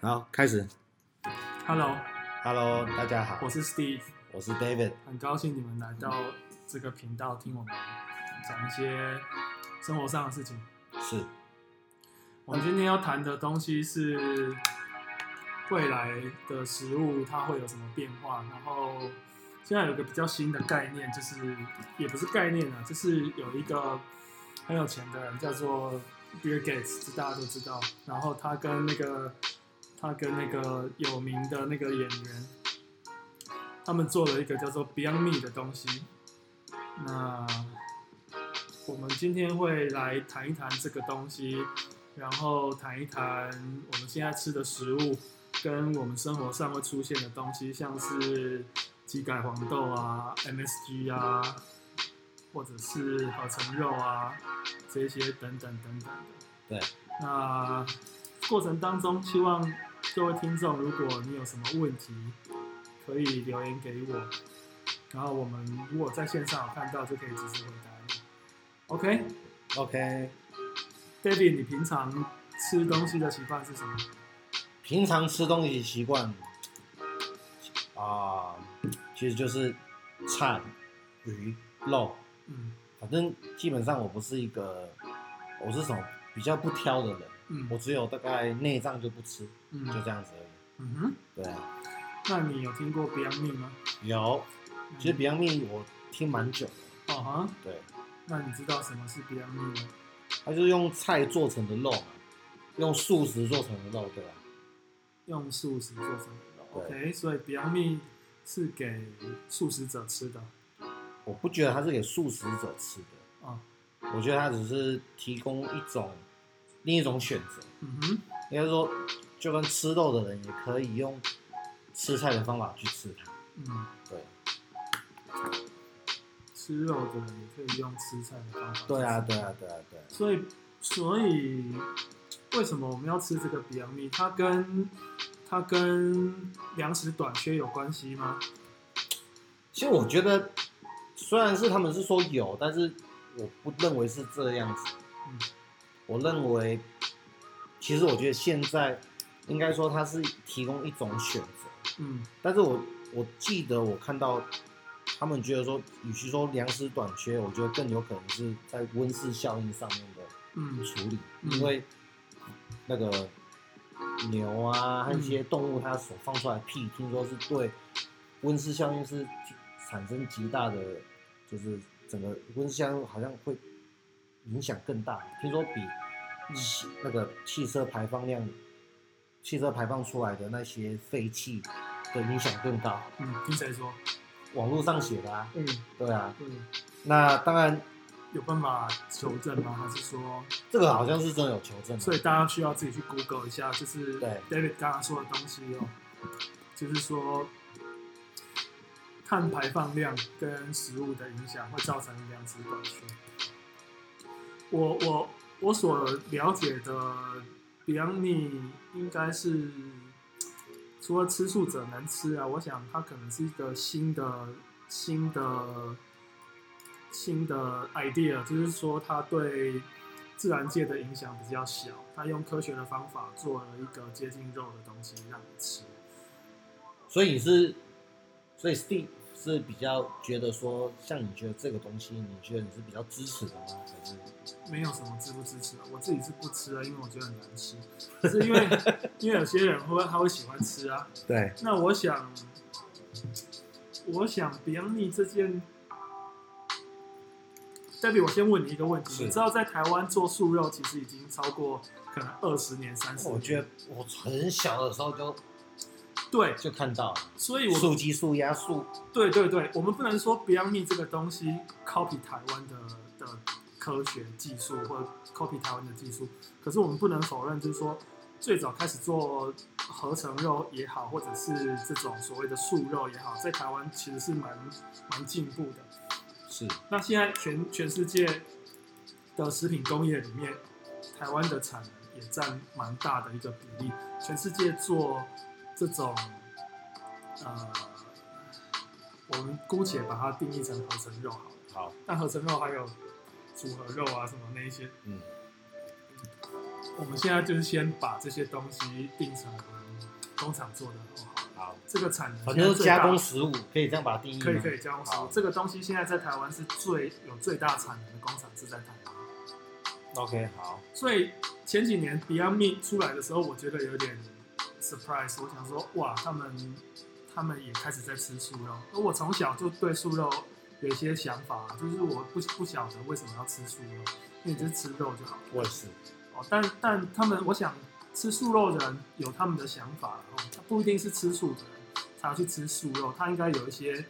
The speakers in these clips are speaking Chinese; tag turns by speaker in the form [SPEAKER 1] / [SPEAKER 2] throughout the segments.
[SPEAKER 1] 然后开始
[SPEAKER 2] Hello，
[SPEAKER 1] ，Hello，大家好
[SPEAKER 2] 我，是 Steve，
[SPEAKER 1] 我是 David，
[SPEAKER 2] 很高兴你们来到这个频道听我们讲一些生活上的事情。
[SPEAKER 1] 是
[SPEAKER 2] 我们今天要谈的东西是未来的食物它会有什么变化，然后现在有一个比较新的概念，就是也不是概念啊，就是有一个很有钱的人叫做 Bill Gates，这大家都知道，然后他跟那个他跟那个有名的那个演员，他们做了一个叫做 Beyond Me 的东西，那。我们今天会来谈一谈这个东西，然后谈一谈我们现在吃的食物跟我们生活上会出现的东西，像是鸡改黄豆啊、MSG 啊，或者是合成肉啊这些等等等等的。
[SPEAKER 1] 对。
[SPEAKER 2] 那过程当中，希望各位听众，如果你有什么问题，可以留言给我，然后我们如果在线上有看到，就可以及时回答你。OK。
[SPEAKER 1] ，OK。
[SPEAKER 2] David，你平常吃东西的习惯是什么？
[SPEAKER 1] 平常吃东西习惯啊，其实就是菜、鱼、肉，
[SPEAKER 2] 嗯
[SPEAKER 1] 反正基本上我不是一个，我是什么比较不挑的人，
[SPEAKER 2] 嗯
[SPEAKER 1] 我只有大概内脏就不吃，
[SPEAKER 2] 嗯
[SPEAKER 1] 就这样子而已。
[SPEAKER 2] 嗯哼，
[SPEAKER 1] 对啊，
[SPEAKER 2] 那你有听过 Beyond Meat 吗？
[SPEAKER 1] 有，其实
[SPEAKER 2] 嗯
[SPEAKER 1] Beyond Meat 我听蛮久的，
[SPEAKER 2] 哦哈，
[SPEAKER 1] 对，
[SPEAKER 2] 那你知道什么是 Beyond Meat 吗？
[SPEAKER 1] 它就是用菜做成的肉嘛，用素食做成的肉，对吧、啊
[SPEAKER 2] 用素食做成的
[SPEAKER 1] 对
[SPEAKER 2] OK，所以 Beyond Meat 是给素食者吃的
[SPEAKER 1] 我不觉得它是给素食者吃的，
[SPEAKER 2] 哦。
[SPEAKER 1] 我觉得它只是提供一种另一种选择。
[SPEAKER 2] 嗯哼，
[SPEAKER 1] 应该说，就跟吃肉的人也可以用吃菜的方法去吃它。
[SPEAKER 2] 嗯，
[SPEAKER 1] 对，
[SPEAKER 2] 吃肉的人也可以用吃菜的方法。
[SPEAKER 1] 对啊，对。啊，对啊，对啊。
[SPEAKER 2] 所以，所以为什么我们要吃这个 Beyond Meat？它跟它跟粮食短缺有关系吗？
[SPEAKER 1] 其实我觉得，虽然是他们是说有，但是我不认为是这样子。
[SPEAKER 2] 嗯
[SPEAKER 1] 我认为，其实我觉得现在应该说它是提供一种选择。
[SPEAKER 2] 嗯
[SPEAKER 1] 但是我我记得我看到他们觉得说，与其说粮食短缺，我觉得更有可能是在温室效应上面的
[SPEAKER 2] 嗯
[SPEAKER 1] 处理，
[SPEAKER 2] 嗯
[SPEAKER 1] 因为那个牛啊和
[SPEAKER 2] 嗯
[SPEAKER 1] 一些动物它所放出来的屁，听说是对温室效应是产生极大的，就是整个温室效应好像会影响更大，听说比汽那个汽车排放量，汽车排放出来的那些废气的影响更高。
[SPEAKER 2] 嗯，听谁说？
[SPEAKER 1] 网络上写的啊，
[SPEAKER 2] 嗯
[SPEAKER 1] 对啊。
[SPEAKER 2] 嗯。
[SPEAKER 1] 那当然，
[SPEAKER 2] 有办法求证吗？还是说，
[SPEAKER 1] 这个好像是真的有求证啊
[SPEAKER 2] 所以
[SPEAKER 1] 的。
[SPEAKER 2] 大家需要自己去 Google 一下，就是
[SPEAKER 1] 对
[SPEAKER 2] David 刚刚说的东西哦，就是说碳排放量跟食物的影响会造成粮食短缺。我我我所了解的 Beyond Meat 应该是除了吃素者能吃啊，我想它可能是一个新的新的新的 idea，就是说它对自然界的影响比较小，它用科学的方法做了一个接近肉的东西让你吃。
[SPEAKER 1] 所以你是，所以 Steve 是比较觉得说，像你觉得这个东西，你觉得你是比较支持的吗？还是
[SPEAKER 2] 没有什么支不支持的，啊我自己是不吃的，因为我觉得很难吃。可是 因为因为有些人会他会喜欢吃啊，
[SPEAKER 1] 对
[SPEAKER 2] 那我想，我想 Beyond Meat 这件，Debbie，我先问你一个问
[SPEAKER 1] 是
[SPEAKER 2] 题，你知道在台湾做素肉其实已经超过可能二十年、三十年，
[SPEAKER 1] 我觉得我很小的时候就
[SPEAKER 2] 对，
[SPEAKER 1] 就看到了
[SPEAKER 2] 所以我
[SPEAKER 1] 素鸡、素鸭、素
[SPEAKER 2] 对对对，我们不能说 Beyond Meat 这个东西 copy 台湾的的科学技术或者 copy 台湾的技术，可是我们不能否认，就是说最早开始做合成肉也好，或者是这种所谓的素肉也好，在台湾其实是蛮蛮进步的。
[SPEAKER 1] 是
[SPEAKER 2] 那现在全全世界的食品工业里面，台湾的产能也占蛮大的一个比例。全世界做这种，呃，我们姑且把它定义成合成肉好了。
[SPEAKER 1] 好，
[SPEAKER 2] 那合成肉还有组合肉啊什么那一些，
[SPEAKER 1] 嗯，
[SPEAKER 2] 我们现在就是先把这些东西定成呃工厂做的哦，
[SPEAKER 1] 好，
[SPEAKER 2] 这个产能
[SPEAKER 1] 反
[SPEAKER 2] 现在
[SPEAKER 1] 正就是
[SPEAKER 2] 最大
[SPEAKER 1] 加工食物，可以这样把它定义吗？
[SPEAKER 2] 可以可以加工食物
[SPEAKER 1] 好，
[SPEAKER 2] 这个东西现在在台湾是最有最大产能的工厂是在台湾。
[SPEAKER 1] OK，好，
[SPEAKER 2] 所以前几年 Beyond Meat 出来的时候，我觉得有点 surprise。我想说，哇，他们他们也开始在吃素肉。而我从小就对素肉有一些想法，就是我不不晓得为什么要吃素肉，因为就是吃肉就好了。
[SPEAKER 1] 我也是。
[SPEAKER 2] 哦，但但他们，我想吃素肉的人有他们的想法，哦，他不一定是吃素的人才要去吃素肉，他应该有一些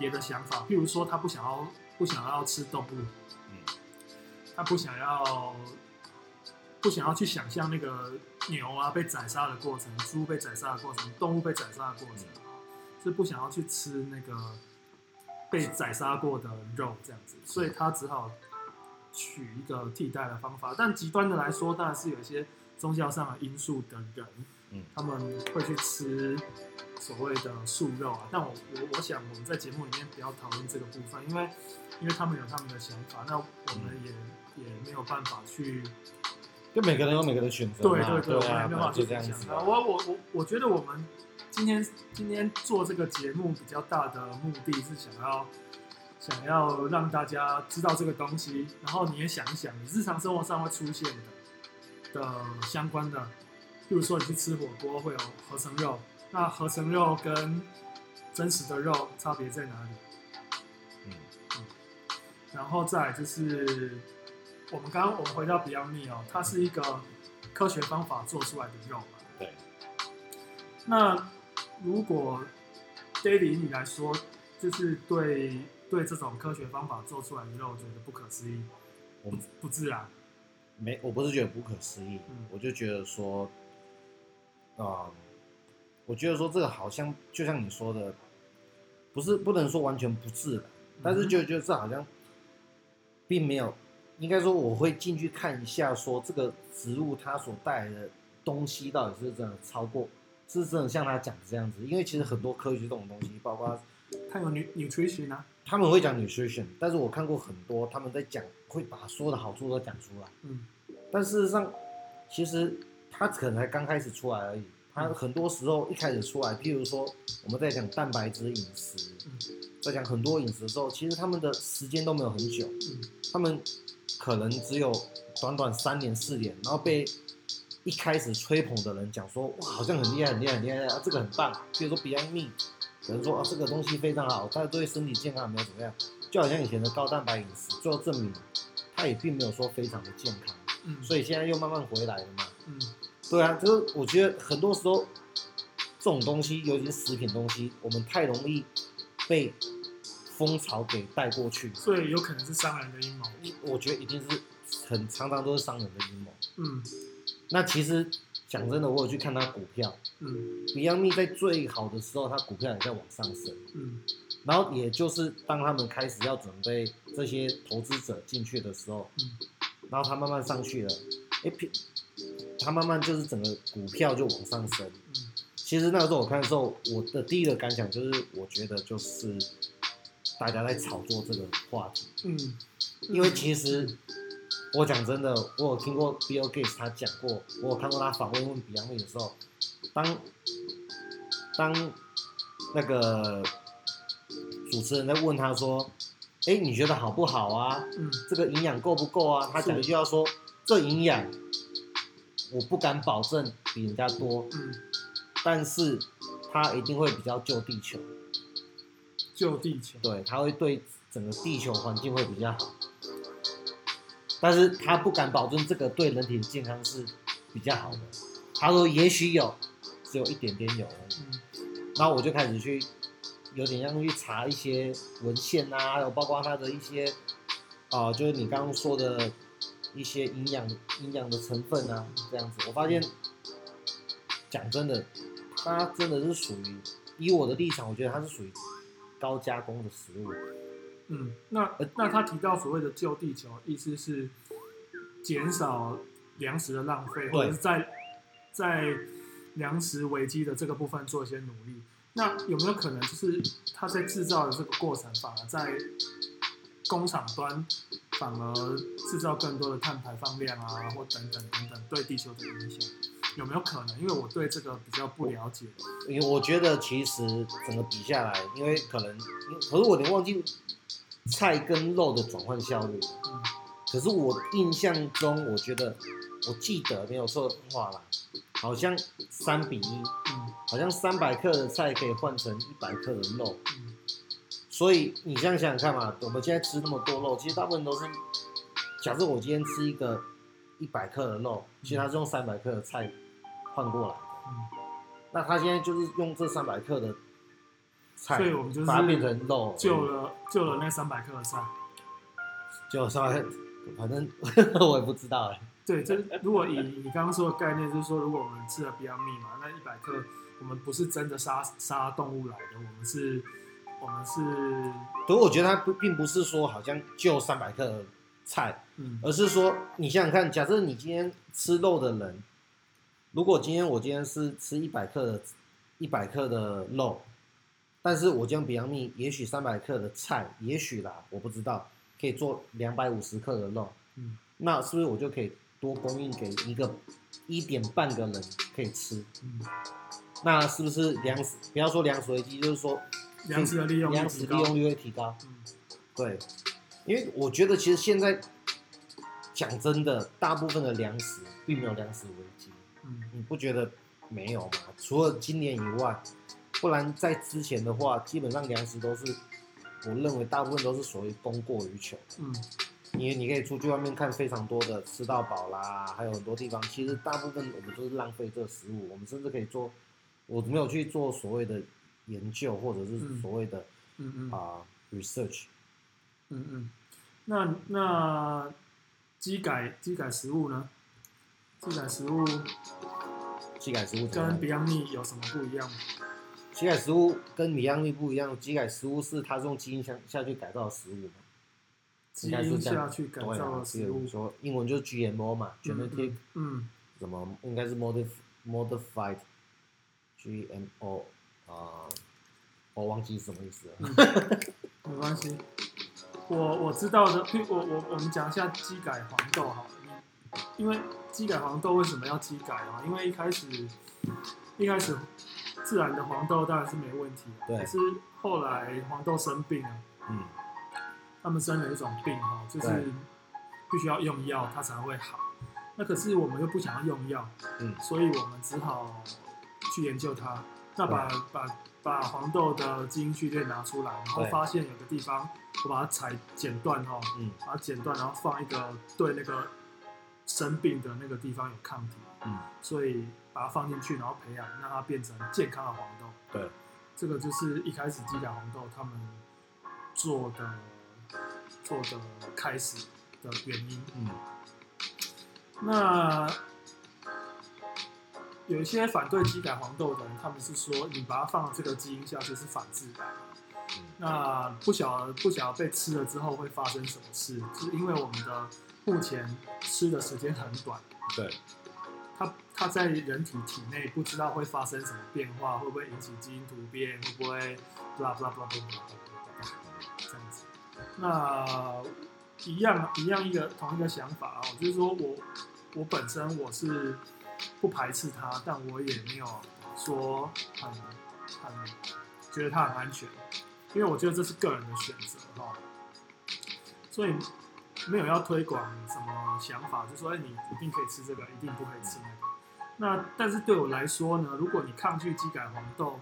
[SPEAKER 2] 别的想法，譬如说他不想要不想要吃动物，
[SPEAKER 1] 嗯，
[SPEAKER 2] 他不想要不想要去想象那个牛啊被宰杀的过程，猪被宰杀的过程，动物被宰杀的过程，是不想要去吃那个被宰杀过的肉这样子，所以他只好取一个替代的方法。但极端的来说，当然是有一些宗教上的因素的人，
[SPEAKER 1] 嗯
[SPEAKER 2] 他们会去吃所谓的素肉啊。但我我我想我们在节目里面不要讨论这个部分，因为因为他们有他们的想法，那我们也、也没有办法去
[SPEAKER 1] 就每个人有每个人的选择
[SPEAKER 2] 对
[SPEAKER 1] 嘛，
[SPEAKER 2] 对
[SPEAKER 1] 对
[SPEAKER 2] 我
[SPEAKER 1] 啊
[SPEAKER 2] 也没有办法，去
[SPEAKER 1] 就这样
[SPEAKER 2] 想
[SPEAKER 1] 子
[SPEAKER 2] 啊。
[SPEAKER 1] 啊。
[SPEAKER 2] 我我我我觉得我们今天今天做这个节目比较大的目的是想要想要让大家知道这个东西，然后你也想一想你日常生活上会出现的的相关的，比如说你去吃火锅会有合成肉，那合成肉跟真实的肉差别在哪里？
[SPEAKER 1] 嗯，
[SPEAKER 2] 然后再来就是我们刚刚我们回到 Beyond Meat 哦，它是一个科学方法做出来的肉嘛。
[SPEAKER 1] 对。
[SPEAKER 2] 那如果 Daily 你来说，就是对对这种科学方法做出来的肉觉得不可思议，
[SPEAKER 1] 我
[SPEAKER 2] 不不自然，
[SPEAKER 1] 没，我不是觉得不可思议，
[SPEAKER 2] 嗯
[SPEAKER 1] 我就觉得说，嗯，我觉得说这个好像就像你说的，不是不能说完全不自然，但是
[SPEAKER 2] 嗯
[SPEAKER 1] 就觉得这好像并没有，应该说我会进去看一下，说这个植物它所带来的东西到底是真的超过，是真的像他讲的这样子，因为其实很多科学这种东西，包括
[SPEAKER 2] 它有 nu- nutrition 啊，
[SPEAKER 1] 他们会讲 nutrition，但是我看过很多他们在讲，会把所有的好处都讲出来。
[SPEAKER 2] 嗯
[SPEAKER 1] 但事实上，其实它可能才刚开始出来而已。它很多时候一开始出来，譬如说我们在讲蛋白质饮食，
[SPEAKER 2] 嗯
[SPEAKER 1] 在讲很多饮食的时候，其实他们的时间都没有很久，
[SPEAKER 2] 嗯
[SPEAKER 1] 他们可能只有短短三年四年，然后被一开始吹捧的人讲说，哇，好像很厉害，很厉害，很厉害，啊、这个很棒。比如说 Beyond Meat，有人说啊，这个东西非常好，它对身体健康没有怎么样，就好像以前的高蛋白饮食，最后证明它也并没有说非常的健康。
[SPEAKER 2] 嗯，
[SPEAKER 1] 所以现在又慢慢回来了嘛。
[SPEAKER 2] 嗯
[SPEAKER 1] 对啊，就是我觉得很多时候这种东西，尤其是食品东西，我们太容易被风潮给带过去。
[SPEAKER 2] 所以有可能是商人的阴谋，
[SPEAKER 1] 我觉得一定是很常常都是商人的阴谋。
[SPEAKER 2] 嗯
[SPEAKER 1] 那其实讲真的，我有去看他股票
[SPEAKER 2] 嗯
[SPEAKER 1] ，Beyond Me 在最好的时候，它股票也在往上升。
[SPEAKER 2] 嗯
[SPEAKER 1] 然后也就是当他们开始要准备这些投资者进去的时候，
[SPEAKER 2] 嗯
[SPEAKER 1] 然后它慢慢上去了，哎，屁它慢慢就是整个股票就往上升。
[SPEAKER 2] 嗯
[SPEAKER 1] 其实那个时候我看的时候，我的第一个感想就是，我觉得就是大家在炒作这个话题，
[SPEAKER 2] 嗯，
[SPEAKER 1] 因为其实我讲真的，我有听过 Bill Gates 他讲过，我有看过他访问问 Beyond Meat 的时候，当当那个主持人在问他说：“哎，你觉得好不好啊？
[SPEAKER 2] 嗯
[SPEAKER 1] 这个营养够不够啊？”他讲一句话说：“这营养我不敢保证比人家多，
[SPEAKER 2] 嗯
[SPEAKER 1] 但是它一定会比较救地球，
[SPEAKER 2] 就地球，
[SPEAKER 1] 对，它会对整个地球环境会比较好。但是他不敢保证这个对人体的健康是比较好的。他说也许有，只有一点点有而已。
[SPEAKER 2] 嗯
[SPEAKER 1] 然后我就开始去，有点像去查一些文献啊，还有包括它的一些，啊、就是你刚刚说的一些营养营养的成分啊，这样子，我发现，讲真的，它真的是属于，以我的立场，我觉得它是属于高加工的食物，
[SPEAKER 2] 嗯，那那他提到所谓的救地球，意思是减少粮食的浪费，或者是在在粮食危机的这个部分做一些努力。那有没有可能就是他在制造的这个过程，反而在工厂端反而制造更多的碳排放量啊，或等等等等对地球的影响？有没有可能？因为我对这个比较不了解。
[SPEAKER 1] 因为我觉得其实整个比下来，因为可能，可是我有点忘记菜跟肉的转换效率了。
[SPEAKER 2] 嗯
[SPEAKER 1] 可是我印象中，我觉得我记得没有错的话啦，好像三比一，
[SPEAKER 2] 嗯
[SPEAKER 1] 好像三百克的菜可以换成一百克的肉。
[SPEAKER 2] 嗯
[SPEAKER 1] 所以你这样想想看嘛，我们现在吃那么多肉，其实大部分都是，假设我今天吃一个一百克的肉，其实它是用三百克的菜换过来的。
[SPEAKER 2] 嗯，
[SPEAKER 1] 那他现在就是用这三百克的菜，
[SPEAKER 2] 所以我们就是
[SPEAKER 1] 把它变成肉而已，
[SPEAKER 2] 救了救了那三百克的菜。
[SPEAKER 1] 就稍微，反正 我也不知道哎。
[SPEAKER 2] 对，这如果以你刚刚说的概念，就是说，如果我们吃的比较密嘛，那一百
[SPEAKER 1] 嗯
[SPEAKER 2] 克，我们不是真的杀杀动物来的，我们是，我们是，
[SPEAKER 1] 可我觉得他不并不是说好像就三百克的菜，
[SPEAKER 2] 嗯
[SPEAKER 1] 而是说你想想看，假设你今天吃肉的人，如果今天我今天是吃一百克的一百克的肉，但是我将比洋蜜，也许三百克的菜，也许啦，我不知道，可以做两百五十克的肉，
[SPEAKER 2] 嗯
[SPEAKER 1] 那是不是我就可以多供应给一个一点半个人可以吃？
[SPEAKER 2] 嗯，
[SPEAKER 1] 那是不是粮食不要说粮食危机，就是说
[SPEAKER 2] 粮食的利用率
[SPEAKER 1] 粮
[SPEAKER 2] 提
[SPEAKER 1] 食
[SPEAKER 2] 高
[SPEAKER 1] 利，用率会提高？
[SPEAKER 2] 嗯
[SPEAKER 1] 对，因为我觉得其实现在讲真的，大部分的粮食并没有粮食危机，
[SPEAKER 2] 嗯
[SPEAKER 1] 你不觉得没有吗？除了今年以外，不然在之前的话，基本上粮食都是我认为大部分都是属于供过于求。
[SPEAKER 2] 嗯
[SPEAKER 1] 你你可以出去外面看非常多的吃到饱啦，还有很多地方，其实大部分我们都是浪费这个食物，我们甚至可以做，我没有去做所谓的研究或者是
[SPEAKER 2] 嗯
[SPEAKER 1] 所谓的
[SPEAKER 2] 嗯嗯
[SPEAKER 1] 啊、research，
[SPEAKER 2] 嗯嗯，那那机改机改食物呢？机改食物
[SPEAKER 1] 机改食物怎么
[SPEAKER 2] 跟
[SPEAKER 1] 样？
[SPEAKER 2] Beyond Meat 有什么不一样吗？
[SPEAKER 1] 机改食物跟米样率不一样，机改食物是它是用基因下下去改造的食物嘛，
[SPEAKER 2] 基
[SPEAKER 1] 应该
[SPEAKER 2] 因
[SPEAKER 1] 是这
[SPEAKER 2] 下
[SPEAKER 1] 样。
[SPEAKER 2] 去改
[SPEAKER 1] 对
[SPEAKER 2] 造
[SPEAKER 1] 啊，
[SPEAKER 2] 的
[SPEAKER 1] 是
[SPEAKER 2] 食
[SPEAKER 1] 我
[SPEAKER 2] 物
[SPEAKER 1] 们，说英文就是 GMO 嘛
[SPEAKER 2] 嗯
[SPEAKER 1] ，genetic、
[SPEAKER 2] 嗯
[SPEAKER 1] 什么应该是 modif modified GMO 啊、我忘记是什么意思了。
[SPEAKER 2] 嗯，没关系。我我知道的，譬如我我我们讲一下机改黄豆好了，因为机改黄豆为什么要机改啊？因为一开始一开始自然的黄豆当然是没问题的，
[SPEAKER 1] 对
[SPEAKER 2] 可是后来黄豆生病了。
[SPEAKER 1] 嗯，
[SPEAKER 2] 他们生了一种病哈，就是
[SPEAKER 1] 对
[SPEAKER 2] 必须要用药，它才会好。那可是我们又不想要用药，
[SPEAKER 1] 嗯
[SPEAKER 2] 所以我们只好去研究它。那把把把黄豆的基因序列拿出来，然后
[SPEAKER 1] 对
[SPEAKER 2] 发现有个地方，我把它裁剪断哈，
[SPEAKER 1] 嗯
[SPEAKER 2] 把它剪断，然后放一个对那个生病的那个地方有抗体，
[SPEAKER 1] 嗯，
[SPEAKER 2] 所以把它放进去，然后培养，让它变成健康的黄豆。
[SPEAKER 1] 对，
[SPEAKER 2] 这个就是一开始机改红豆他们做的做的开始的原因。
[SPEAKER 1] 嗯，
[SPEAKER 2] 那有一些反对机改黄豆的人，他们是说你把它放这个基因下去是反自然。
[SPEAKER 1] 嗯
[SPEAKER 2] 那不晓得不晓得被吃了之后会发生什么事，是因为我们的目前吃的时间很短，
[SPEAKER 1] 对，
[SPEAKER 2] 它它在人体体内不知道会发生什么变化，会不会引起基因突变，会不会 blah blah blah blah blah blah blah 这样子。那一样一样一个同一个想法啊，我就是说我我本身我是不排斥它，但我也没有说很很觉得它很安全，因为我觉得这是个人的选择哦哈、所以没有要推广什么想法，就说哎，你一定可以吃这个，一定不可以吃那个。那但是对我来说呢，如果你抗拒机改黄豆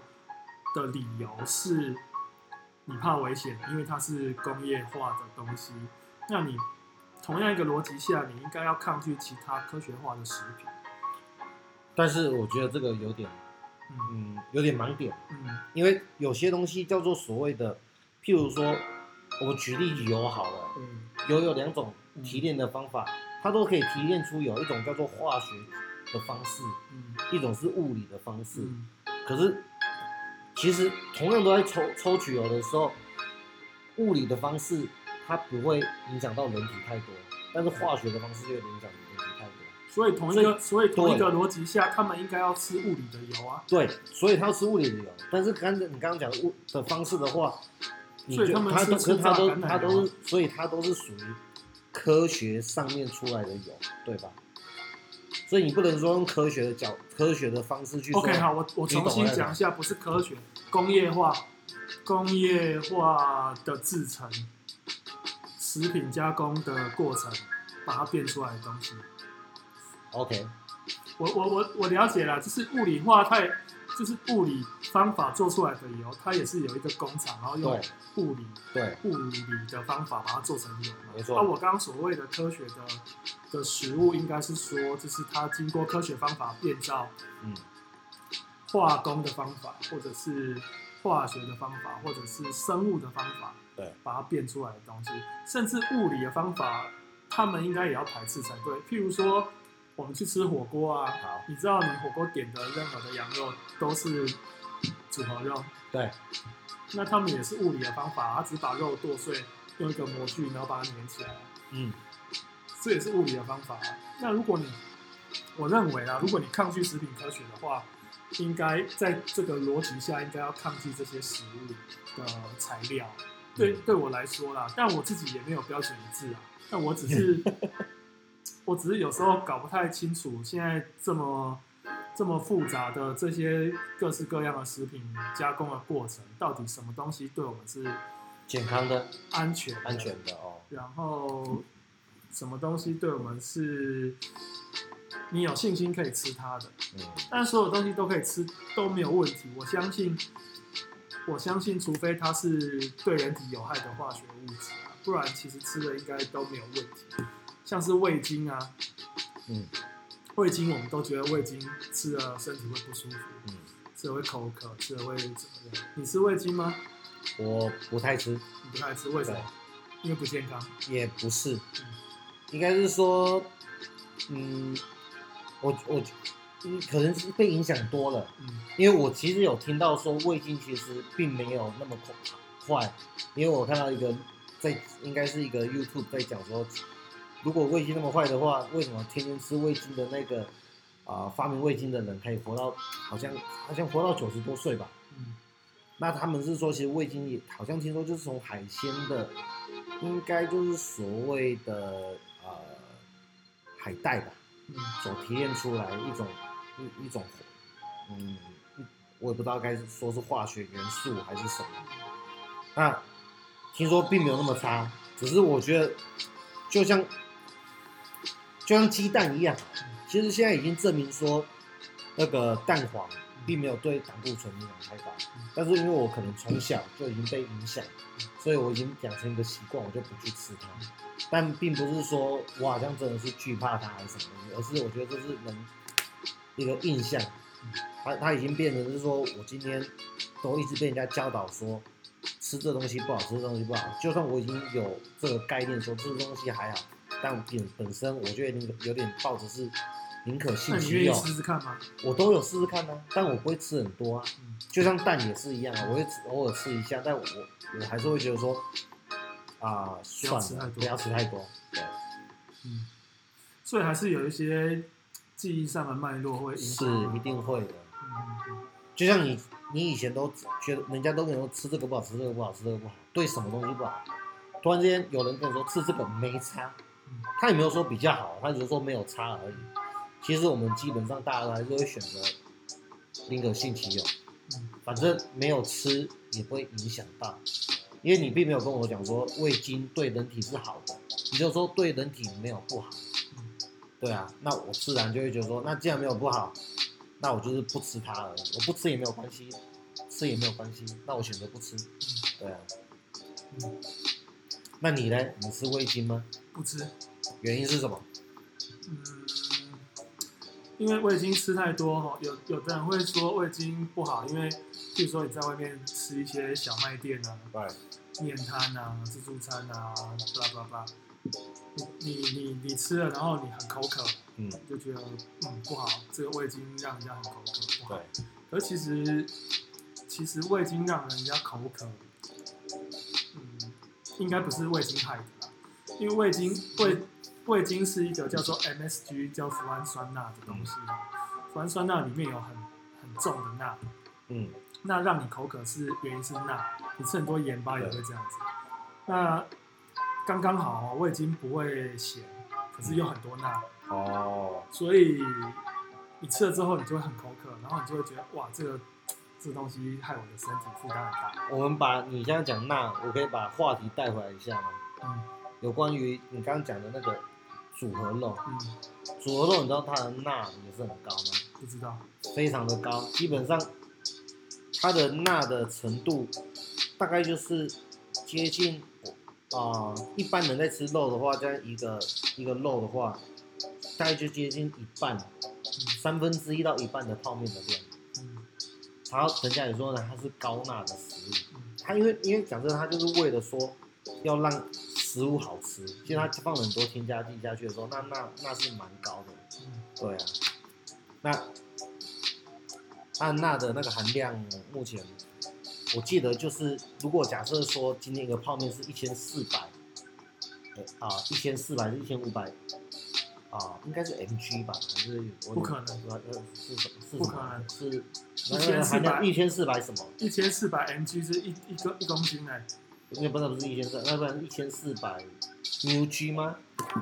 [SPEAKER 2] 的理由是你怕危险，因为它是工业化的东西，那你同样一个逻辑下，你应该要抗拒其他科学化的食品。
[SPEAKER 1] 但是我觉得这个有点，
[SPEAKER 2] 嗯
[SPEAKER 1] 嗯，有点盲点，
[SPEAKER 2] 嗯
[SPEAKER 1] 因为有些东西叫做所谓的，譬如说，我们举例油好了，
[SPEAKER 2] 嗯
[SPEAKER 1] 油有两种提炼的方法，它都可以提炼出有一种叫做化学的方式，
[SPEAKER 2] 嗯
[SPEAKER 1] 一种是物理的方式。
[SPEAKER 2] 嗯
[SPEAKER 1] 可是，其实同样都在抽抽取油的时候，物理的方式它不会影响到人体太多，但是化学的方式就会影响人体太多。
[SPEAKER 2] 所以同一个，所以同一个
[SPEAKER 1] 对
[SPEAKER 2] 逻辑下，他们应该要吃物理的油啊。
[SPEAKER 1] 对，所以他要吃物理的油，但是刚才你刚刚讲的物的方式的话，你
[SPEAKER 2] 所以
[SPEAKER 1] 就
[SPEAKER 2] 他们
[SPEAKER 1] 他
[SPEAKER 2] 吃
[SPEAKER 1] 都可
[SPEAKER 2] 吃
[SPEAKER 1] 是他
[SPEAKER 2] 榨
[SPEAKER 1] 都
[SPEAKER 2] 橄榄
[SPEAKER 1] 他
[SPEAKER 2] 油啊
[SPEAKER 1] 都是，所以他都是属于科学上面出来的油，对吧？所以你不能说用科学的角、科学的方式去说。
[SPEAKER 2] OK，好，我我重新讲一下，不是科学，工业化，工业化的制成，食品加工的过程，把它变出来的东西。
[SPEAKER 1] OK，
[SPEAKER 2] 我我我我了解了，就是物理化它也，就是物理方法做出来的油，它也是有一个工厂，然后用
[SPEAKER 1] 对
[SPEAKER 2] 物理
[SPEAKER 1] 对，
[SPEAKER 2] 物理的方法把它做成油嘛。
[SPEAKER 1] 没错
[SPEAKER 2] 那我刚刚所谓的科学的的食物，应该是说，就是它经过科学方法变造
[SPEAKER 1] 嗯，
[SPEAKER 2] 化工的方法，或者是化学的方法，或者是生物的方法，
[SPEAKER 1] 对，
[SPEAKER 2] 把它变出来的东西，甚至物理的方法，他们应该也要排斥才对。譬如说，我们去吃火锅啊，
[SPEAKER 1] 好，
[SPEAKER 2] 你知道你火锅点的任何的羊肉都是组合肉，
[SPEAKER 1] 对，
[SPEAKER 2] 那他们也是物理的方法，他只把肉剁碎，用一个模具，然后把它粘起来。
[SPEAKER 1] 嗯，
[SPEAKER 2] 这也是物理的方法、啊。那如果你，我认为啊，如果你抗拒食品科学的话，应该在这个逻辑下，应该要抗拒这些食物的材料。对，
[SPEAKER 1] 嗯
[SPEAKER 2] 对我来说啦，但我自己也没有标准一致啊。但我只是，
[SPEAKER 1] 嗯
[SPEAKER 2] 我只是有时候搞不太清楚现在这么这么复杂的这些各式各样的食品加工的过程，到底什么东西对我们是
[SPEAKER 1] 健康的、
[SPEAKER 2] 安全的
[SPEAKER 1] 安全的哦，
[SPEAKER 2] 然后什么东西对我们是你有信心可以吃它的，
[SPEAKER 1] 嗯，
[SPEAKER 2] 但所有东西都可以吃都没有问题。我相信，我相信，除非它是对人体有害的化学物质啊，不然其实吃的应该都没有问题。像是味精啊，
[SPEAKER 1] 嗯
[SPEAKER 2] 味精我们都觉得味精吃了身体会不舒服，
[SPEAKER 1] 嗯，
[SPEAKER 2] 吃了会口渴，吃了会怎么样？你吃味精吗？
[SPEAKER 1] 我不太吃，
[SPEAKER 2] 你不太吃，为什么
[SPEAKER 1] 对？
[SPEAKER 2] 因为不健康。
[SPEAKER 1] 也不是，
[SPEAKER 2] 嗯
[SPEAKER 1] 应该是说，嗯，我我嗯可能是被影响多了，
[SPEAKER 2] 嗯
[SPEAKER 1] 因为我其实有听到说味精其实并没有那么快，快因为我看到一个在应该是一个 YouTube 在讲说，如果味精那么坏的话，为什么天天吃味精的那个啊、发明味精的人可以活到好像好像活到九十多岁吧？
[SPEAKER 2] 嗯
[SPEAKER 1] 那他们是说，其实味精也好像听说就是从海鲜的，应该就是所谓的呃海带吧，
[SPEAKER 2] 嗯
[SPEAKER 1] 所提炼出来一种一一种，嗯，一我也不知道该说是化学元素还是什么。那听说并没有那么差，只是我觉得就像就像鸡蛋一样，其实现在已经证明说那个蛋黄并没有对胆固醇影响太大
[SPEAKER 2] 嗯，
[SPEAKER 1] 但是因为我可能从小就已经被影响，所以我已经养成一个习惯，我就不去吃它。但并不是说我好像真的是惧怕它还是什么东西，而是我觉得这是人一个印象，它它已经变成是说我今天都一直被人家教导说吃这东西不好，吃这东西不好。就算我已经有这个概念说吃这东西还好，但我本本身我觉得有点有点抱着是宁可
[SPEAKER 2] 那
[SPEAKER 1] 信
[SPEAKER 2] 你
[SPEAKER 1] 其
[SPEAKER 2] 愿意
[SPEAKER 1] 有，
[SPEAKER 2] 试试看吗？
[SPEAKER 1] 我都有试试看呢、但我不会吃很多啊。
[SPEAKER 2] 嗯
[SPEAKER 1] 就像蛋也是一样啊，我会吃偶尔吃一下，但我我还是会觉得说，啊、算
[SPEAKER 2] 吃太
[SPEAKER 1] 了，
[SPEAKER 2] 多
[SPEAKER 1] 不要吃太多。对，
[SPEAKER 2] 嗯，所以还是有一些记忆上的脉络会影
[SPEAKER 1] 是
[SPEAKER 2] 响。
[SPEAKER 1] 一定会的。
[SPEAKER 2] 嗯嗯
[SPEAKER 1] 就像你，你以前都觉得人家都跟你说吃这个不好，吃这个不好，吃这个不好，对什么东西不好。突然之间有人跟你说吃这个没差
[SPEAKER 2] 嗯，
[SPEAKER 1] 他也没有说比较好，他只是说没有差而已。其实我们基本上大家还是会选择宁可信其有，
[SPEAKER 2] 嗯
[SPEAKER 1] 反正没有吃也不会影响到，因为你并没有跟我讲说味精对人体是好的，你就说对人体没有不好
[SPEAKER 2] 嗯。
[SPEAKER 1] 对啊，那我自然就会觉得说，那既然没有不好，那我就是不吃它而已，我不吃也没有关系，吃也没有关系，那我选择不吃。对啊，
[SPEAKER 2] 嗯，
[SPEAKER 1] 那你呢？你吃味精吗？
[SPEAKER 2] 不吃。
[SPEAKER 1] 原因是什么？
[SPEAKER 2] 嗯，因为味精吃太多哈，有有的人会说味精不好，因为譬如说你在外面吃一些小卖店啊、
[SPEAKER 1] 对，
[SPEAKER 2] 面摊啊、自助餐啊，巴拉巴拉，你你你你吃了，然后你很口渴，
[SPEAKER 1] 嗯，
[SPEAKER 2] 你就觉得嗯不好，这个味精让人家很口渴，不好
[SPEAKER 1] 对。，
[SPEAKER 2] 而其实，其实味精让人家口渴，嗯，应该不是味精害的啦，因为味精味味精是一个叫做 MSG 叫氟氨酸钠的东西啦，氟氨酸钠里面有很很重的钠，
[SPEAKER 1] 嗯，
[SPEAKER 2] 那让你口渴是原因是钠，你吃很多盐巴也会这样子。那刚刚好哦，味精不会咸，可是有很多钠，
[SPEAKER 1] 哦，
[SPEAKER 2] 所以你吃了之后，你就会很口渴，然后你就会觉得哇，这个这个东西害我的身体负担很大。
[SPEAKER 1] 我们把你现在讲钠，我可以把话题带回来一下吗？
[SPEAKER 2] 嗯
[SPEAKER 1] 有关于你刚刚讲的那个组合肉，
[SPEAKER 2] 嗯，
[SPEAKER 1] 组合肉你知道它的钠也是很高吗？
[SPEAKER 2] 不知道。
[SPEAKER 1] 非常的高，基本上它的钠的程度大概就是接近啊、一般人在吃肉的话，这样一个一个肉的话，大概就接近一半，三分之一到一半的泡面的量。
[SPEAKER 2] 嗯
[SPEAKER 1] 然后人家也说呢，它是高钠的食物。
[SPEAKER 2] 嗯
[SPEAKER 1] 它因为因为讲真的，它就是为了说要让食物好吃，其
[SPEAKER 2] 嗯
[SPEAKER 1] 实它放了很多添加剂下去的时候，那那那是蛮高的，
[SPEAKER 2] 嗯
[SPEAKER 1] 对啊。那按钠的那个含量，目前我记得就是，如果假设说今天一个泡面是一千四百，啊，一千四百是一千五百。啊，应该是 mg 吧，还是我
[SPEAKER 2] 不可能
[SPEAKER 1] 呃呃是什么？是什么
[SPEAKER 2] 不可能
[SPEAKER 1] 是
[SPEAKER 2] 1400
[SPEAKER 1] 一千四百什么？
[SPEAKER 2] 一千四百 mg 是一一个一公斤哎、
[SPEAKER 1] 那不是不是一千四，那不然一千四百 u g 吗？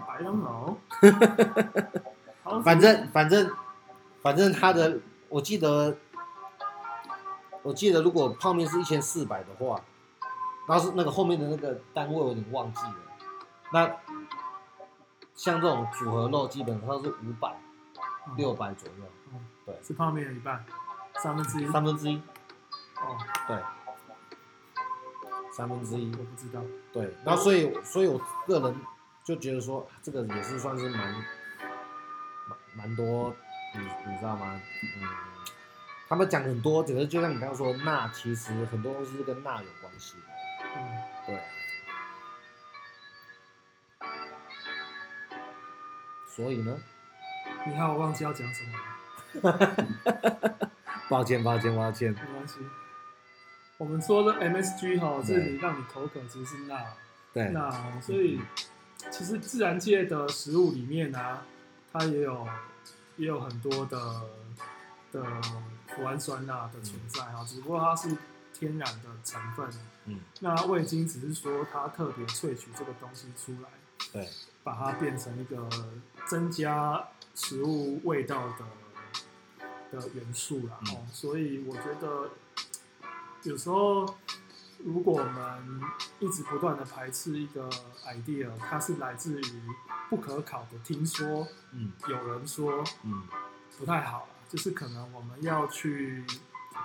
[SPEAKER 2] I don't know 好。
[SPEAKER 1] 反正反正反正它的，我记得我记得，如果泡面是一千四百的话，然后是那个后面的那个单位我有点忘记了。那像这种组合肉，基本上是五百
[SPEAKER 2] 嗯
[SPEAKER 1] 六百左右，
[SPEAKER 2] 是泡面的一半，三分之一。
[SPEAKER 1] 三分之一，
[SPEAKER 2] 哦，
[SPEAKER 1] 对，三分之一。
[SPEAKER 2] 我不知道。
[SPEAKER 1] 对，然后所以所以我个人就觉得说，这个也是算是蛮蛮蛮多，你你知道吗？嗯，他们讲很多，只是就像你刚刚说，钠其实很多东西是跟钠有关系的，
[SPEAKER 2] 嗯，
[SPEAKER 1] 对啊。所以呢，
[SPEAKER 2] 你看我忘记要讲什么了，
[SPEAKER 1] 抱歉抱歉抱歉，
[SPEAKER 2] 没关系。我们说的 MSG 哈，
[SPEAKER 1] 对
[SPEAKER 2] 是你让你口渴，其实是钠，
[SPEAKER 1] 对，
[SPEAKER 2] 钠哦，所以其实自然界的食物里面啊，它也有也有很多的的谷氨酸钠的存在啊，只不过它是天然的成分，
[SPEAKER 1] 嗯，
[SPEAKER 2] 那味精只是说它特别萃取这个东西出来，
[SPEAKER 1] 对，
[SPEAKER 2] 把它变成一个增加食物味道的的元素啦。
[SPEAKER 1] 嗯
[SPEAKER 2] 哦，所以我觉得有时候如果我们一直不断的排斥一个 idea，它是来自于不可考的听说，
[SPEAKER 1] 嗯
[SPEAKER 2] 有人说
[SPEAKER 1] 嗯
[SPEAKER 2] 不太好啦，就是可能我们要去，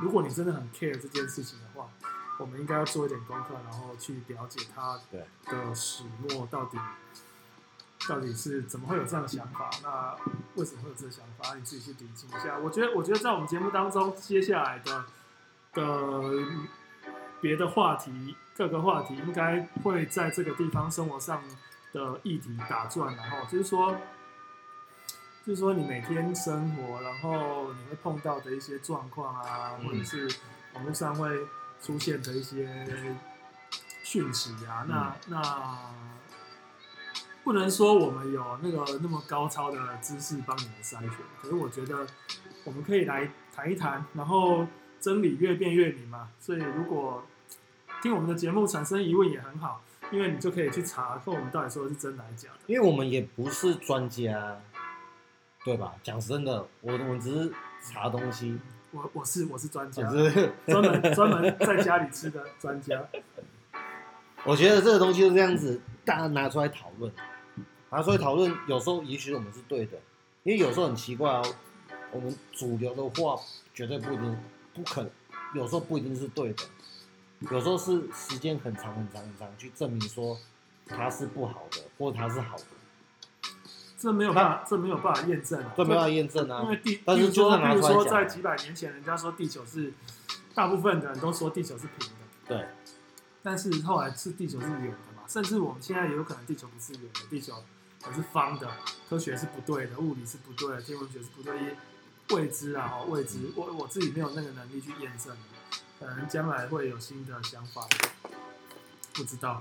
[SPEAKER 2] 如果你真的很 care 这件事情的话，我们应该要做一点功课，然后去了解它
[SPEAKER 1] 对
[SPEAKER 2] 的始末到底到底是怎么会有这样的想法，那为什么会有这个想法，你自己去理清一下。我觉得，我觉得在我们节目当中，接下来的的别的话题，各个话题应该会在这个地方生活上的议题打转，然后就是说。就是说你每天生活，然后你会碰到的一些状况啊，
[SPEAKER 1] 嗯
[SPEAKER 2] 或者是网络上会出现的一些讯息啊，那那不能说我们有那个那么高超的知识帮你们筛选，可是我觉得我们可以来谈一谈，然后真理越辩越明嘛。所以如果听我们的节目产生疑问也很好，因为你就可以去查，看我们到底说的是真的还是假的。
[SPEAKER 1] 因为我们也不是专家，对吧？讲真的，我我们只是查东西，
[SPEAKER 2] 我我是我是专
[SPEAKER 1] 只
[SPEAKER 2] 家，
[SPEAKER 1] 是。
[SPEAKER 2] 专门专门在家里吃的专家。
[SPEAKER 1] 我觉得这个东西就是这样子，大家拿出来讨论，拿出来讨论，有时候也许我们是对的，因为有时候很奇怪哦，我们主流的话绝对不一定不可能，有时候不一定是对的，有时候是时间很长很长很长去证明说它是不好的，或者它是好的，
[SPEAKER 2] 这没有办法，这没有办法 验证啊，
[SPEAKER 1] 这没办法验证
[SPEAKER 2] 因
[SPEAKER 1] 啊
[SPEAKER 2] 为。地，
[SPEAKER 1] 但
[SPEAKER 2] 比
[SPEAKER 1] 是
[SPEAKER 2] 如
[SPEAKER 1] 就
[SPEAKER 2] 说，
[SPEAKER 1] 是拿
[SPEAKER 2] 比
[SPEAKER 1] 出
[SPEAKER 2] 如
[SPEAKER 1] 来
[SPEAKER 2] 说
[SPEAKER 1] 讲啊
[SPEAKER 2] 在几百年前，人家说地球是，大部分的人都说地球是平的，
[SPEAKER 1] 对，
[SPEAKER 2] 但是后来是地球是圆的嘛，甚至我们现在也有可能地球不是圆的，地球可是方的，科学是不对的，物理是不对的，天文学是不对的，未知啊，哦，未知，我我自己没有那个能力去验证，可能将来会有新的想法，不知道。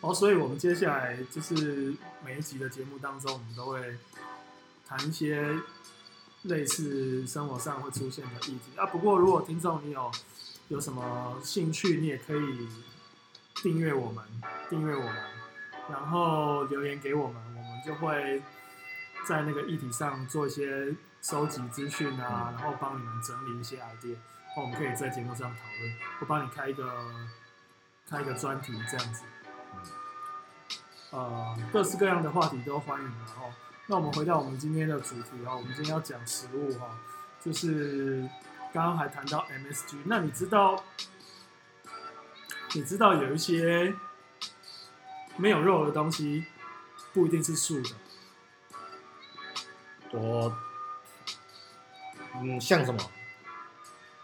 [SPEAKER 2] 哦，所以我们接下来就是每一集的节目当中，我们都会谈一些类似生活上会出现的议题啊。不过，如果听众你有有什么兴趣，你也可以订阅我们，订阅我们，然后留言给我们，我们就会在那个议题上做一些收集资讯啊，然后帮你们整理一些 idea，然后我们可以在节目上讨论，我帮你开一个开一个专题这样子。呃，各式各样的话题都欢迎。然后，那我们回到我们今天的主题啊，我们今天要讲食物哈、就是刚刚还谈到 MSG，那你知道你知道有一些没有肉的东西不一定是素的，
[SPEAKER 1] 我嗯，像什么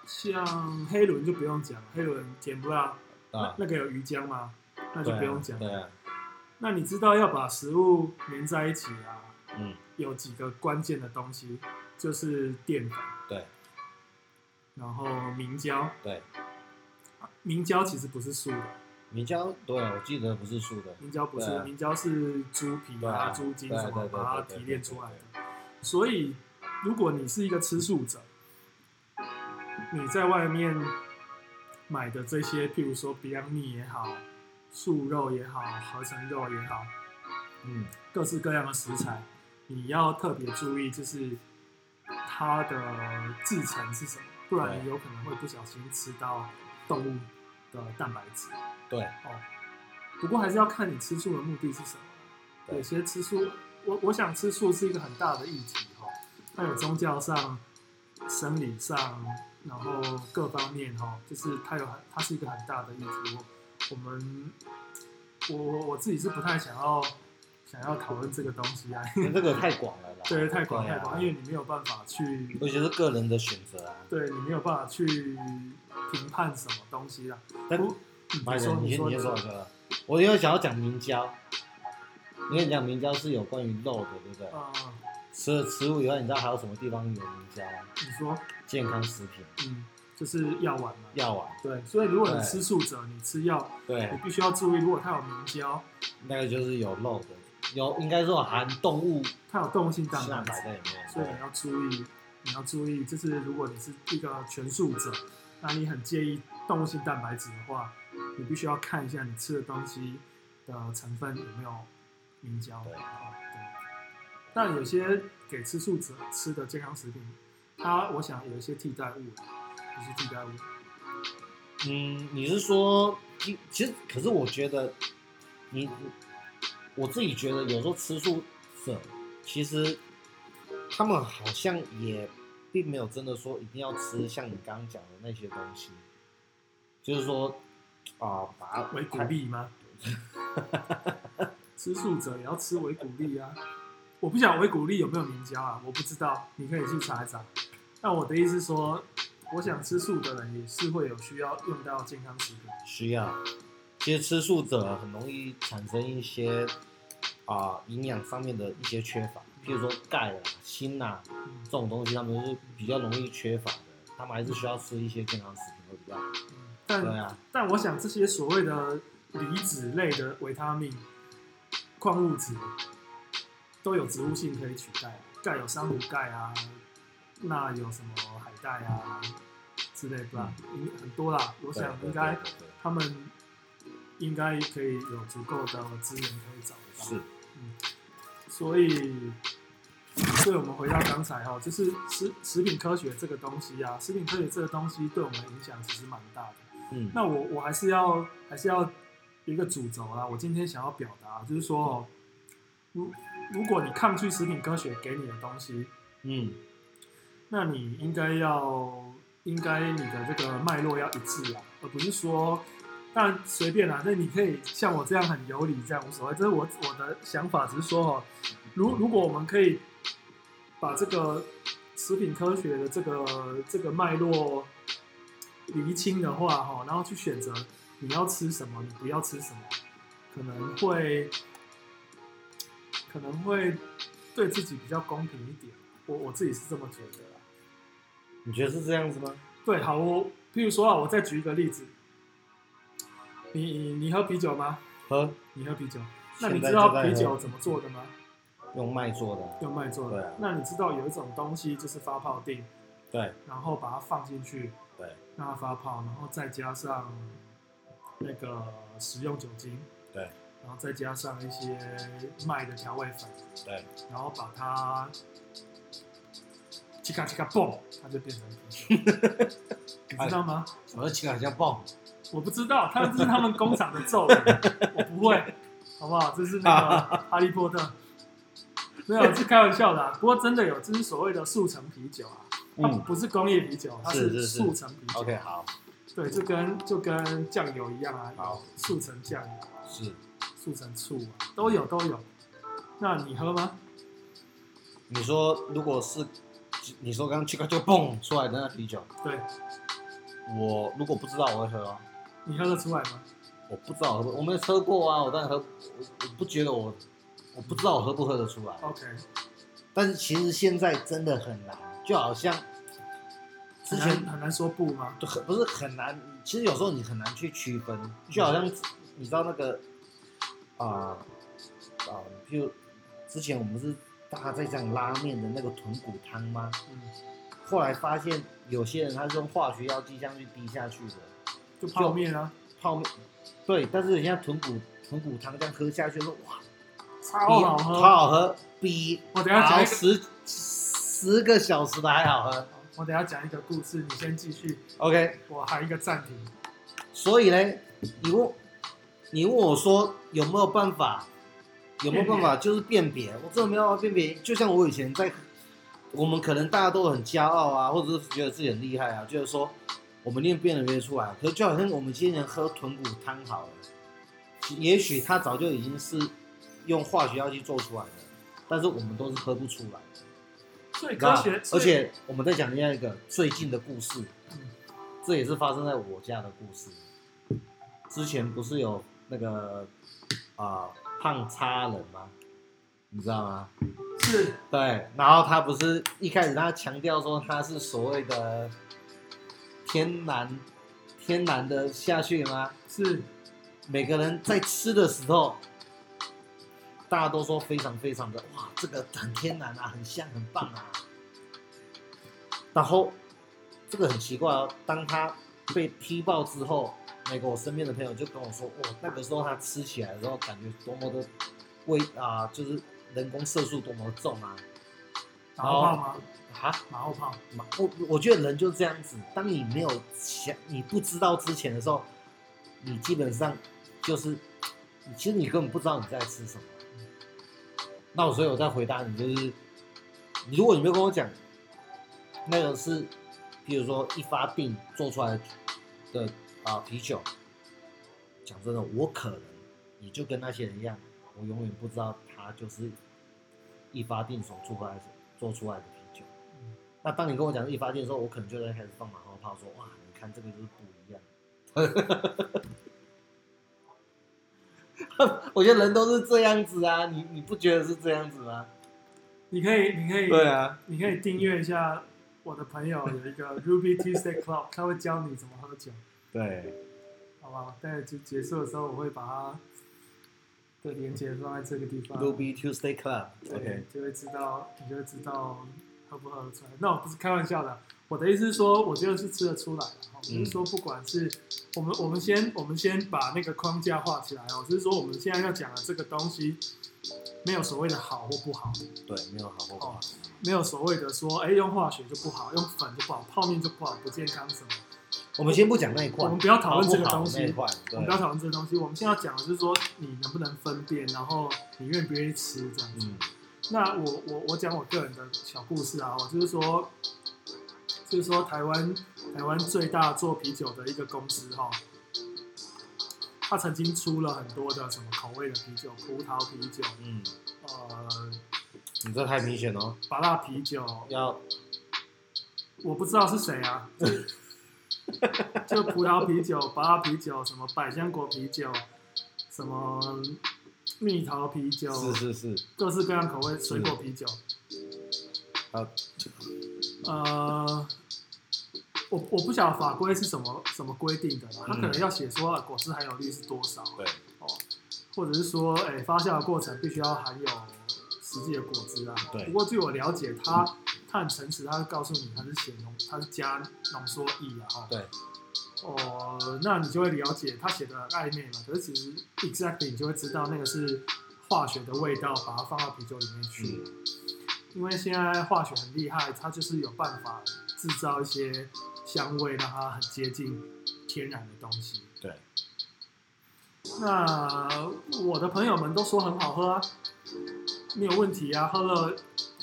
[SPEAKER 2] 像黑轮就不用讲，黑轮甜不辣，
[SPEAKER 1] 啊？
[SPEAKER 2] 那个有鱼浆嘛，那就
[SPEAKER 1] 对啊
[SPEAKER 2] 不用讲。
[SPEAKER 1] 对啊，
[SPEAKER 2] 那你知道要把食物连在一起啊，
[SPEAKER 1] 嗯，
[SPEAKER 2] 有几个关键的东西，就是淀粉，
[SPEAKER 1] 对
[SPEAKER 2] 然后明胶，
[SPEAKER 1] 对，
[SPEAKER 2] 明胶其实不是素的，
[SPEAKER 1] 米椒对啊，我记得不是素的，
[SPEAKER 2] 明胶不
[SPEAKER 1] 对
[SPEAKER 2] 是，
[SPEAKER 1] 啊
[SPEAKER 2] 明胶是猪皮
[SPEAKER 1] 对
[SPEAKER 2] 啊、
[SPEAKER 1] 啊
[SPEAKER 2] 猪筋
[SPEAKER 1] 对啊
[SPEAKER 2] 什么
[SPEAKER 1] 对对
[SPEAKER 2] 把它
[SPEAKER 1] 对对
[SPEAKER 2] 提炼
[SPEAKER 1] 对
[SPEAKER 2] 出来的。所以，如果你是一个吃素者，你在外面买的这些，譬如说 Beyond Meat 也好，素肉也好，合成肉也好，
[SPEAKER 1] 嗯，
[SPEAKER 2] 各式各样的食材，你要特别注意，就是它的制成是什么，不然
[SPEAKER 1] 对
[SPEAKER 2] 你有可能会不小心吃到动物的蛋白质。
[SPEAKER 1] 对
[SPEAKER 2] 哦，不过还是要看你吃素的目的是什么。
[SPEAKER 1] 对
[SPEAKER 2] 有些吃素，我我想吃素是一个很大的议题哈、哦，它有宗教上、生理上，然后各方面哈、哦，就是它有很它是一个很大的议题。我我们我我我自己是不太想要想要讨论这个东西啊， 因为
[SPEAKER 1] 这个太广了啦，
[SPEAKER 2] 对太广
[SPEAKER 1] 对
[SPEAKER 2] 太
[SPEAKER 1] 啊
[SPEAKER 2] 广，因为你没有办法去
[SPEAKER 1] 尤其是个人的选择啊。
[SPEAKER 2] 对你没有办法去评判什么东西啦。啊
[SPEAKER 1] 但
[SPEAKER 2] 不，嗯
[SPEAKER 1] 白
[SPEAKER 2] 你说
[SPEAKER 1] 人，你
[SPEAKER 2] 你
[SPEAKER 1] 先
[SPEAKER 2] 说
[SPEAKER 1] 你先说一下。我因为想要讲明胶，因为你讲明胶是有关于肉的，对不对？
[SPEAKER 2] 啊、
[SPEAKER 1] 除了食物以外，你知道还有什么地方有明胶吗？
[SPEAKER 2] 你说。
[SPEAKER 1] 健康食品、
[SPEAKER 2] 嗯，就是药丸嘛。
[SPEAKER 1] 药丸，
[SPEAKER 2] 对，所以如果你
[SPEAKER 1] 对
[SPEAKER 2] 吃素者，你吃药，
[SPEAKER 1] 对
[SPEAKER 2] 你，必须要注意，如果它有明胶，
[SPEAKER 1] 那个就是有肉的，有应该说含动物
[SPEAKER 2] 它有动物性蛋
[SPEAKER 1] 蛋
[SPEAKER 2] 白
[SPEAKER 1] 白在
[SPEAKER 2] 质，
[SPEAKER 1] 里面。
[SPEAKER 2] 所以你要注意，你要注意，就是如果你是一个全素者，那你很介意动物性蛋白质的话，你必须要看一下你吃的东西的成分有没有明胶。
[SPEAKER 1] 对
[SPEAKER 2] 啊对但有些给吃素者吃的健康食品，它我想有一些替代物，有些替代物。
[SPEAKER 1] 嗯，你是说，其其实可是我觉得你，我自己觉得有时候吃素者其实他们好像也并没有真的说一定要吃像你刚刚讲的那些东西，就是说啊、把它
[SPEAKER 2] 维骨力吗？ 吃素者也要吃维骨力啊！我不晓得维骨力有没有明胶啊，我不知道，你可以去查一查。那我的意思是说，我想吃素的人也是会有需要用到健康食品。
[SPEAKER 1] 需要。其实吃素者很容易产生一些啊营养上面的一些缺乏，譬如说钙啊、锌啊
[SPEAKER 2] 嗯
[SPEAKER 1] 这种东西，他们是比较容易缺乏的，他们还是需要吃一些健康食品会比较好。
[SPEAKER 2] 嗯
[SPEAKER 1] 对
[SPEAKER 2] 但
[SPEAKER 1] 啊，
[SPEAKER 2] 但我想这些所谓的离子类的维他命、矿物质都有植物性可以取代，钙有珊瑚钙啊，钠有什么海带啊之类的啦，应很多啦。我
[SPEAKER 1] 我
[SPEAKER 2] 想应该。他们应该可以有足够的资源可以找得到。
[SPEAKER 1] 是，
[SPEAKER 2] 所以，所以我们回到刚才哦，就是食食品科学这个东西啊，食品科学这个东西对我们影响其实蛮大的。
[SPEAKER 1] 嗯，
[SPEAKER 2] 那我我还是要还是要有一个主轴啦，我今天想要表达就是说哦，如如果你抗拒食品科学给你的东西，
[SPEAKER 1] 嗯，
[SPEAKER 2] 那你应该要，应该你的这个脉络要一致啊，而不是说，当然随便啦，那你可以像我这样很有理，这样无所谓。这是我我的想法，只是说哦，如如果我们可以把这个食品科学的这个这个脉络厘清的话，哈，然后去选择你要吃什么，你不要吃什么，可能会可能会对自己比较公平一点。我我自己是这么觉得啦。
[SPEAKER 1] 你觉得是这样子吗？
[SPEAKER 2] 对，好，我譬如说啊，我再举一个例子，你你你喝啤酒吗？
[SPEAKER 1] 喝
[SPEAKER 2] 你喝啤酒，那你
[SPEAKER 1] 现在
[SPEAKER 2] 知道
[SPEAKER 1] 就在喝
[SPEAKER 2] 啤酒怎么做的吗？
[SPEAKER 1] 用麦做的，
[SPEAKER 2] 用麦做
[SPEAKER 1] 对
[SPEAKER 2] 的
[SPEAKER 1] 啊。
[SPEAKER 2] 那你知道有一种东西就是发泡锭，
[SPEAKER 1] 对
[SPEAKER 2] 然后把它放进去
[SPEAKER 1] 对
[SPEAKER 2] 让它发泡，然后再加上那个食用酒精，
[SPEAKER 1] 对，
[SPEAKER 2] 然后再加上一些麦的调味粉，
[SPEAKER 1] 对，
[SPEAKER 2] 然后把它，切卡切卡蹦，它就变成 甜酒，你知道吗？
[SPEAKER 1] 我的情感像爆
[SPEAKER 2] 我不知道，他们这是他们工厂的咒语，我不会，好不好？这是那 个哈利波特，没有是开玩笑的、啊。不过真的有，这是所谓的速成啤酒啊，它
[SPEAKER 1] 嗯
[SPEAKER 2] 不是工业啤酒，它
[SPEAKER 1] 是是是
[SPEAKER 2] 速成啤酒。
[SPEAKER 1] ，OK，好，
[SPEAKER 2] 对，就跟就跟酱油一样啊，
[SPEAKER 1] 好
[SPEAKER 2] 速成酱油啊、
[SPEAKER 1] 是
[SPEAKER 2] 速成醋啊，都有都有。那你喝吗？
[SPEAKER 1] 你说如果是你说刚刚 chica 就蹦出来的那啤酒，
[SPEAKER 2] 对
[SPEAKER 1] 我如果不知道我会喝、哦，
[SPEAKER 2] 你喝得出来吗？
[SPEAKER 1] 我不知道我喝不，我没喝过啊，我当然喝，我我不觉得我我不知道我喝不喝得出来，
[SPEAKER 2] OK，
[SPEAKER 1] 但是其实现在真的很难，就好像之
[SPEAKER 2] 很
[SPEAKER 1] 前
[SPEAKER 2] 难很难说不吗？
[SPEAKER 1] 就很不是很难，其实有时候你很难去区分，就好像你知道那个啊啊、就之前我们是大家在讲拉面的那个豚骨汤吗？
[SPEAKER 2] 嗯，
[SPEAKER 1] 后来发现有些人他是用化学药剂这样去滴下去的
[SPEAKER 2] 就泡面啊，
[SPEAKER 1] 泡面，对，但是人家豚骨豚骨汤这样喝下去说哇，
[SPEAKER 2] 超好
[SPEAKER 1] 比超
[SPEAKER 2] 喝。
[SPEAKER 1] 好喝，比
[SPEAKER 2] 我等一下讲
[SPEAKER 1] 熬
[SPEAKER 2] 一个，
[SPEAKER 1] 十十个小时的还好喝。
[SPEAKER 2] 我等一下讲一个故事，你先继续。
[SPEAKER 1] OK，
[SPEAKER 2] 我还一个暂停。
[SPEAKER 1] 所以呢，你问你问我说有没有办法，有没有办法就是辨别？我真的没有办法辨别。就像我以前在，我们可能大家都很骄傲啊，或者是觉得自己很厉害啊，就是说我们念辨别得出来。可是就好像我们今天人喝豚骨汤好了，也许它早就已经是用化学药剂做出来的，但是我们都是喝不出来的。
[SPEAKER 2] 所以
[SPEAKER 1] 那
[SPEAKER 2] 科学，
[SPEAKER 1] 而且我们再讲另外一个最近的故事，
[SPEAKER 2] 嗯
[SPEAKER 1] 这也是发生在我家的故事。之前不是有那个啊、胖叉人吗？你知道吗？
[SPEAKER 2] 是
[SPEAKER 1] 对，然后他不是一开始他强调说他是所谓的天然天然的下去吗？
[SPEAKER 2] 是
[SPEAKER 1] 每个人在吃的时候，大家都说非常非常的哇，这个很天然啊，很香，很棒啊。然后这个很奇怪哦，当他被踢爆之后，那个我身边的朋友就跟我说，哇，那个时候他吃起来的时候，感觉多么的味啊、就是人工色素多么的重啊
[SPEAKER 2] 马后炮吗？
[SPEAKER 1] 啊！
[SPEAKER 2] 马后炮，
[SPEAKER 1] 嘛我我觉得人就是这样子，当你没有想你不知道之前的时候，你基本上就是，你其实你根本不知道你在吃什么。那我所以我在回答你，就是你如果你没有跟我讲，那个是，比如说一发病做出来的啊、啤酒，讲真的，我可能也就跟那些人一样，我永远不知道它就是一发定所做出来的做出来的啤酒。那当你跟我讲一发电的时候，我可能就在开始放马后炮，说哇，你看这个就是不一样。 我觉得人都是这样子啊，你你不觉得是这样子吗？
[SPEAKER 2] 你可以，你可以，
[SPEAKER 1] 啊，
[SPEAKER 2] 你可以订阅一下我的朋友有一个 Ruby Tuesday Club，他会教你怎么喝酒，
[SPEAKER 1] 对，
[SPEAKER 2] 好不好？但就结束的时候，我会把它的连接放在这个地方
[SPEAKER 1] Ruby Tuesday Club。
[SPEAKER 2] 对
[SPEAKER 1] OK，
[SPEAKER 2] 就会知道，你就会知道喝不喝得出来。那我不是开玩笑的，我的意思是说，我觉得是吃得出来的。我
[SPEAKER 1] 嗯
[SPEAKER 2] 只是说，不管是我们，我们先，我们先把那个框架画起来哦。只是说，我们现在要讲的这个东西，没有所谓的好或不好，
[SPEAKER 1] 对，没有好或不
[SPEAKER 2] 哦
[SPEAKER 1] 好。
[SPEAKER 2] 没有所谓的说，哎，用化学就不好，用粉就不好，泡面就不好，不健康什么。
[SPEAKER 1] 我们先不讲那一块，
[SPEAKER 2] 我们不要讨论这个
[SPEAKER 1] 好不好
[SPEAKER 2] 东西
[SPEAKER 1] 那一块，
[SPEAKER 2] 我
[SPEAKER 1] 对
[SPEAKER 2] 们不要讨论这个东西，我们现在要讲的是说，你能不能分辨，然后你愿不愿意吃这样子。
[SPEAKER 1] 嗯，
[SPEAKER 2] 那我我我讲我个人的小故事啊，我就是说，就是说台湾台湾最大做啤酒的一个公司哈、它曾经出了很多的什么口味的啤酒，葡萄啤酒，
[SPEAKER 1] 嗯，
[SPEAKER 2] 呃，
[SPEAKER 1] 你这太明显了哦，
[SPEAKER 2] 芭辣啤酒，
[SPEAKER 1] 要
[SPEAKER 2] 我不知道是谁啊，就葡萄啤酒、芭辣啤酒，什么百香果啤酒，什么蜜桃啤酒，
[SPEAKER 1] 是是是，
[SPEAKER 2] 各式各样口味水果啤酒。
[SPEAKER 1] 啊，
[SPEAKER 2] 呃，我我不晓得法规是什么什么规定的啦，它可能要写说啊果汁含有率是多少，
[SPEAKER 1] 嗯对，
[SPEAKER 2] 哦，或者是说，哎、发酵的过程必须要含有实际的果汁啊。
[SPEAKER 1] 对
[SPEAKER 2] 不过据我了解，它它很诚实，它会告诉你它是写浓，它是加浓缩液啊，哦
[SPEAKER 1] 对，
[SPEAKER 2] 哦，那你就会了解他写的很暧昧嘛。可是其实 exactly 你就会知道那个是化学的味道，把它放到啤酒里面去。
[SPEAKER 1] 嗯
[SPEAKER 2] 因为现在化学很厉害，它就是有办法制造一些香味，让它很接近天然的东西。
[SPEAKER 1] 对，
[SPEAKER 2] 那我的朋友们都说很好喝啊，没有问题啊，喝了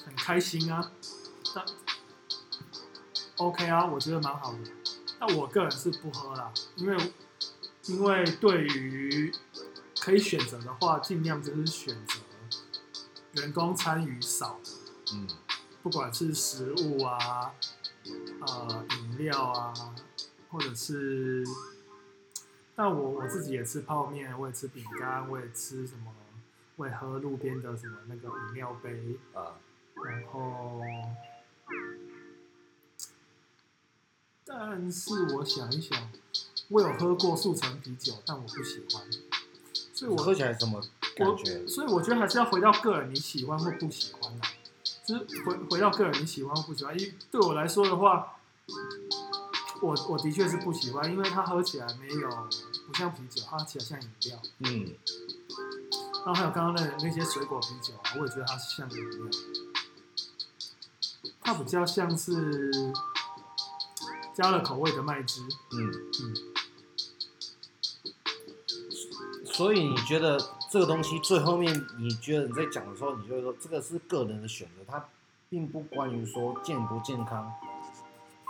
[SPEAKER 2] 很开心啊，那 OK 啊，我觉得蛮好的。那我个人是不喝啦，因为因为对于可以选择的话，尽量就是选择员工参与少的，
[SPEAKER 1] 嗯，
[SPEAKER 2] 不管是食物啊、呃饮料啊，或者是，但我我自己也吃泡面，我也吃饼干，我也吃什么，我也喝路边的什么那个饮料杯，
[SPEAKER 1] 啊，
[SPEAKER 2] 然后，但是我想一想，我有喝过速成啤酒，但我不喜欢，所以我
[SPEAKER 1] 喝起来什么感觉
[SPEAKER 2] 我？所以我觉得还是要回到个人你喜欢或不喜欢啦，就是回回到个人你喜欢或不喜欢。因为对我来说的话，我我的确是不喜欢，因为它喝起来没有不像啤酒，它喝起来像饮料。
[SPEAKER 1] 嗯，
[SPEAKER 2] 然后还有刚刚那那些水果啤酒啊，我也觉得它像饮料，它比较像是加了口味的麦汁。
[SPEAKER 1] 嗯，所以你觉得这个东西最后面，你觉得你在讲的时候，你就会说这个是个人的选择，它并不关于说健不健康，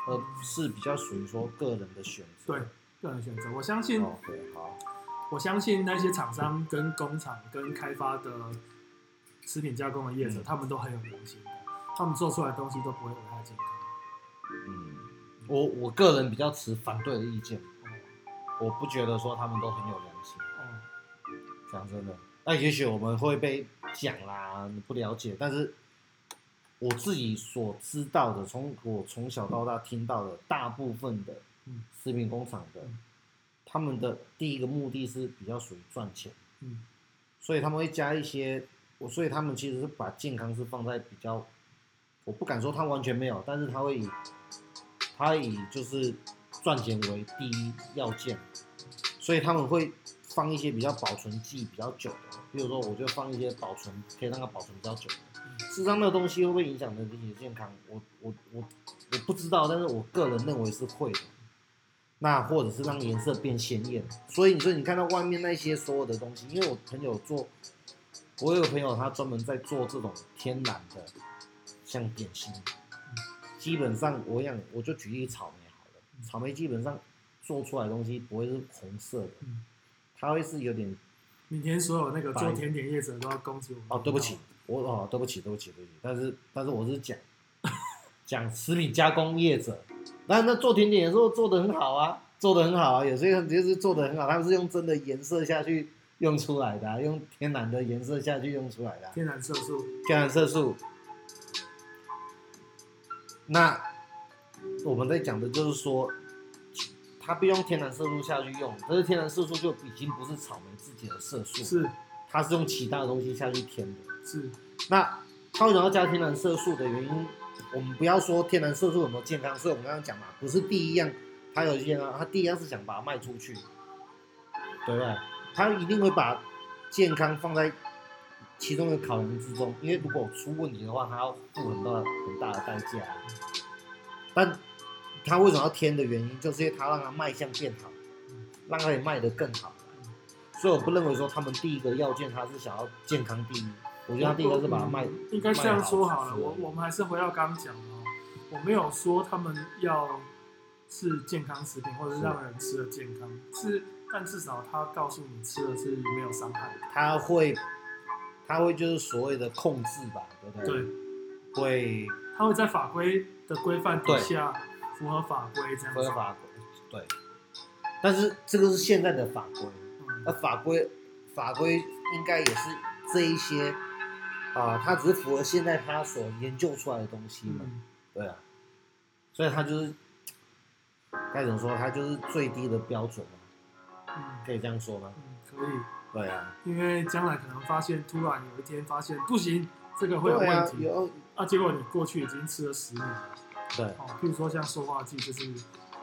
[SPEAKER 1] 而是比较属于说个人的选择。
[SPEAKER 2] 对，个人选择，我相信
[SPEAKER 1] OK，好，
[SPEAKER 2] 我相信那些厂商、跟工厂、跟开发的食品加工的业者，
[SPEAKER 1] 嗯
[SPEAKER 2] 他们都很有良心的，他们做出来的东西都不会危害健康。
[SPEAKER 1] 嗯，我我个人比较持反对的意见，
[SPEAKER 2] 哦
[SPEAKER 1] 我不觉得说他们都很有良心。
[SPEAKER 2] 哦，
[SPEAKER 1] 讲真的，那也许我们会被讲啦，你不了解，但是我自己所知道的，从我从小到大听到的，大部分的
[SPEAKER 2] 嗯
[SPEAKER 1] 食品工厂的
[SPEAKER 2] 嗯，
[SPEAKER 1] 他们的第一个目的是比较属于赚钱，
[SPEAKER 2] 嗯
[SPEAKER 1] 所以他们会加一些，我所以他们其实是把健康是放在比较，我不敢说他完全没有，但是他会以他以就是赚钱为第一要件，所以他们会放一些比较保存剂比较久的，比如说我就放一些保存可以让它保存比较久的。
[SPEAKER 2] 嗯
[SPEAKER 1] 事实上，那个东西会不会影响人体的健康？我我我我不知道，但是我个人认为是会的。那或者是让颜色变鲜艳，所以你说你看到外面那些所有的东西，因为我朋友做，我有个朋友他专门在做这种天然的，像点心，基本上我想我就举例草莓好了，草莓基本上做出来的东西不会是红色的，
[SPEAKER 2] 嗯，
[SPEAKER 1] 它会是有点
[SPEAKER 2] 明天所有那个做
[SPEAKER 1] 白
[SPEAKER 2] 甜点业者都要攻击我们。
[SPEAKER 1] 哦，对不起，我哦，对不起，对不起，对不起，但是但是我是讲 讲食品加工业者，那那做甜点的时候做的很好啊，做的很好啊，有些人就是做的很好，他们是用真的颜色下去用出来的、啊，用天然的颜色下去用出来的啊、
[SPEAKER 2] 天然色素，
[SPEAKER 1] 天然色素。那我们在讲的就是说，它不用天然色素下去用，但是天然色素就已经不是草莓自己的色素，
[SPEAKER 2] 是
[SPEAKER 1] 它是用其他的东西下去添的。
[SPEAKER 2] 是，
[SPEAKER 1] 那它为什么要加天然色素的原因，我们不要说天然色素有没有健康，所以我们刚刚讲嘛，不是第一样它有健康，它第一样是想把它卖出去，对不对？它一定会把健康放在其中的考量之中，因为如果出问题的话，它要付很大的很大的代价。但它为什么要添的原因，就是因为它让它卖相变好，让它可以卖得更好。所以我不认为说他们第一个要件，他是想要健康第一。我觉得他第一个是把它卖
[SPEAKER 2] 应该这样说好
[SPEAKER 1] 卖
[SPEAKER 2] 了。
[SPEAKER 1] 好吃
[SPEAKER 2] 我我们还是回到刚刚讲的哦，我没有说他们要是健康食品，或者是
[SPEAKER 1] 是
[SPEAKER 2] 让人吃的健康，是但至少他告诉你吃的是没有伤害的。
[SPEAKER 1] 他会，他会就是所谓的控制吧，对不对？
[SPEAKER 2] 对。
[SPEAKER 1] 会
[SPEAKER 2] 他会在法规的规范底
[SPEAKER 1] 对
[SPEAKER 2] 下符合法规这样子。
[SPEAKER 1] 会法规，对。但是这个是现在的法规，那
[SPEAKER 2] 嗯
[SPEAKER 1] 法规法规应该也是这一些啊，它只是符合现在他所研究出来的东西嘛，
[SPEAKER 2] 嗯，
[SPEAKER 1] 对啊。所以他就是该怎么说？他就是最低的标准嘛，
[SPEAKER 2] 嗯
[SPEAKER 1] 可以这样说吗？
[SPEAKER 2] 嗯，可以，
[SPEAKER 1] 对啊，
[SPEAKER 2] 因为将来可能发现，突然有一天发现不行，这个会有
[SPEAKER 1] 对
[SPEAKER 2] 问
[SPEAKER 1] 啊，
[SPEAKER 2] 题
[SPEAKER 1] 有
[SPEAKER 2] 啊结果你过去已经吃了十年了，
[SPEAKER 1] 对
[SPEAKER 2] 哦，譬如说像塑化剂，就是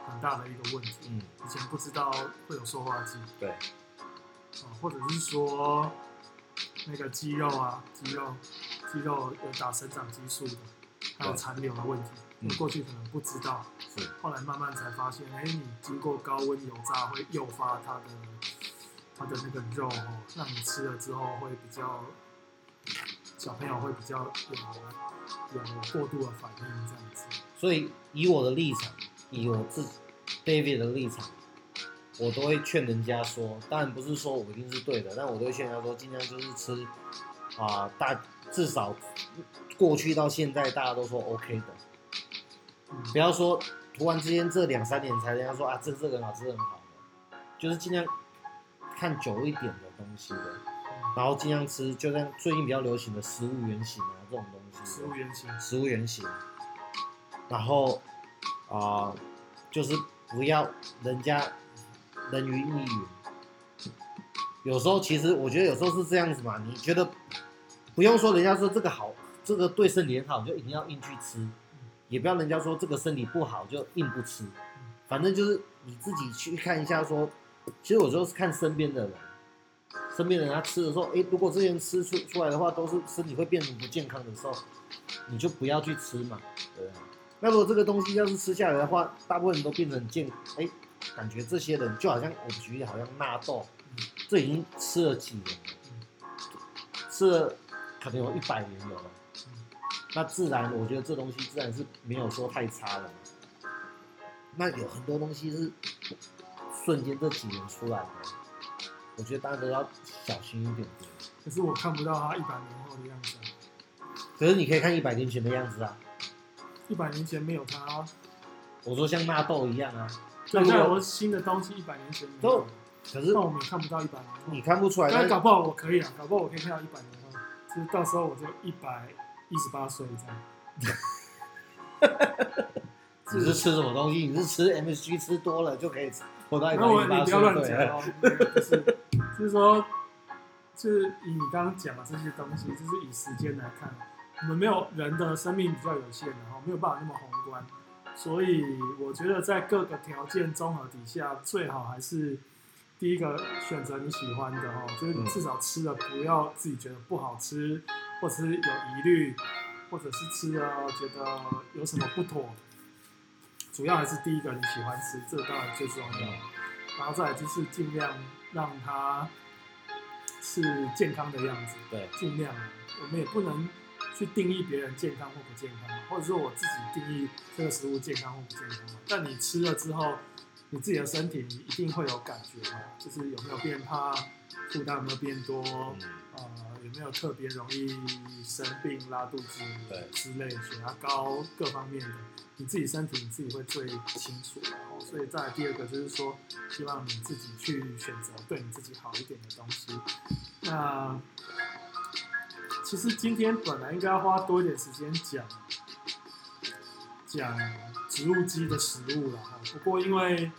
[SPEAKER 2] 很大的一个问题。
[SPEAKER 1] 嗯，
[SPEAKER 2] 以前不知道会有塑化剂，
[SPEAKER 1] 对，
[SPEAKER 2] 啊，或者是说那个肌肉啊，肌肉肌肉有打生长激素的，还有
[SPEAKER 1] 对
[SPEAKER 2] 残留的问题，
[SPEAKER 1] 嗯
[SPEAKER 2] 我过去可能不知道，
[SPEAKER 1] 是，
[SPEAKER 2] 后来慢慢才发现，哎、你经过高温油炸会诱发它的它的那个肉哦，让你吃了之后会比较小朋友会比较有有过度的反应这样子，
[SPEAKER 1] 所以以我的立场，以我自己 David 的立场，我都会劝人家说，当然不是说我一定是对的，但我都会劝人家说，尽量就是吃啊、大至少过去到现在大家都说 OK 的，
[SPEAKER 2] 嗯，
[SPEAKER 1] 不要说突然之间这两三年才人家说啊，这这个很好，这个很好的，就是尽量看久一点的东西的，
[SPEAKER 2] 嗯
[SPEAKER 1] 然后尽量吃，就像最近比较流行的食物原型啊这种东西的，
[SPEAKER 2] 食物原型，
[SPEAKER 1] 食物原型，然后啊、就是不要人家人云亦云。有时候其实我觉得有时候是这样子嘛，你觉得不用说人家说这个好，这个对身体很好，你就一定要硬去吃，也不要人家说这个身体不好就硬不吃，反正就是你自己去看一下说，其实我就是看身边的人。身边人他吃的时候，诶，如果这些人吃出出来的话，都是身体会变成不健康的时候，你就不要去吃嘛，对啊。那如果这个东西要是吃下来的话，大部分人都变成很健，哎、感觉这些人就好像我举例，好像纳豆，
[SPEAKER 2] 嗯
[SPEAKER 1] 这已经吃了几年了，吃了可能有一百年有了。那自然，我觉得这东西自然是没有说太差了嘛。那有很多东西是瞬间这几年出来的，我觉得大家都要小心一点。
[SPEAKER 2] 可是我看不到它一百年后的样子、啊。
[SPEAKER 1] 可是你可以看一百年前的样子啊，
[SPEAKER 2] 一百年前没有它，
[SPEAKER 1] 我说像纳豆一样啊，
[SPEAKER 2] 对，
[SPEAKER 1] 如果
[SPEAKER 2] 那我新的东西一百年前没有，
[SPEAKER 1] 可是
[SPEAKER 2] 但我们也看不到一百年后。
[SPEAKER 1] 你看不出来，
[SPEAKER 2] 但
[SPEAKER 1] 但
[SPEAKER 2] 是搞不好我可以啊，搞不好我可以看到一百年后，就是到时候我就一百一十八岁这样。
[SPEAKER 1] 你是吃什么东西？你是吃 MSG 吃多了就可以活到一百
[SPEAKER 2] 那我
[SPEAKER 1] 零
[SPEAKER 2] 你
[SPEAKER 1] 八
[SPEAKER 2] 不
[SPEAKER 1] 岁
[SPEAKER 2] 要乱
[SPEAKER 1] 对
[SPEAKER 2] 讲
[SPEAKER 1] 了？
[SPEAKER 2] 哦，就是就是说，就是以你刚刚讲的这些东西，就是以时间来看，我们没有人的生命比较有限，啊然后没有办法那么宏观，所以我觉得在各个条件综合底下，最好还是。第一个选择你喜欢的哦，就是
[SPEAKER 1] 嗯
[SPEAKER 2] 至少吃了不要自己觉得不好吃，或者是有疑虑，或者是吃了觉得有什么不妥，主要还是第一个你喜欢吃，这当然最重要。
[SPEAKER 1] 嗯
[SPEAKER 2] 然后再来就是尽量让它是健康的样子，
[SPEAKER 1] 对，
[SPEAKER 2] 尽量啊我们也不能去定义别人健康或不健康，或者说我自己定义这个食物健康或不健康嘛。但你吃了之后，你自己的身体你一定会有感觉嘛，就是有没有变胖，负担有没有变多，
[SPEAKER 1] 嗯
[SPEAKER 2] 呃，有没有特别容易生病、拉肚子
[SPEAKER 1] 对
[SPEAKER 2] 之类、血压高各方面的，你自己身体你自己会最清楚。然后，所以再来第二个就是说，希望你自己去选择对你自己好一点的东西。那其实今天本来应该要花多一点时间讲讲植物基的食物了哈，不过因为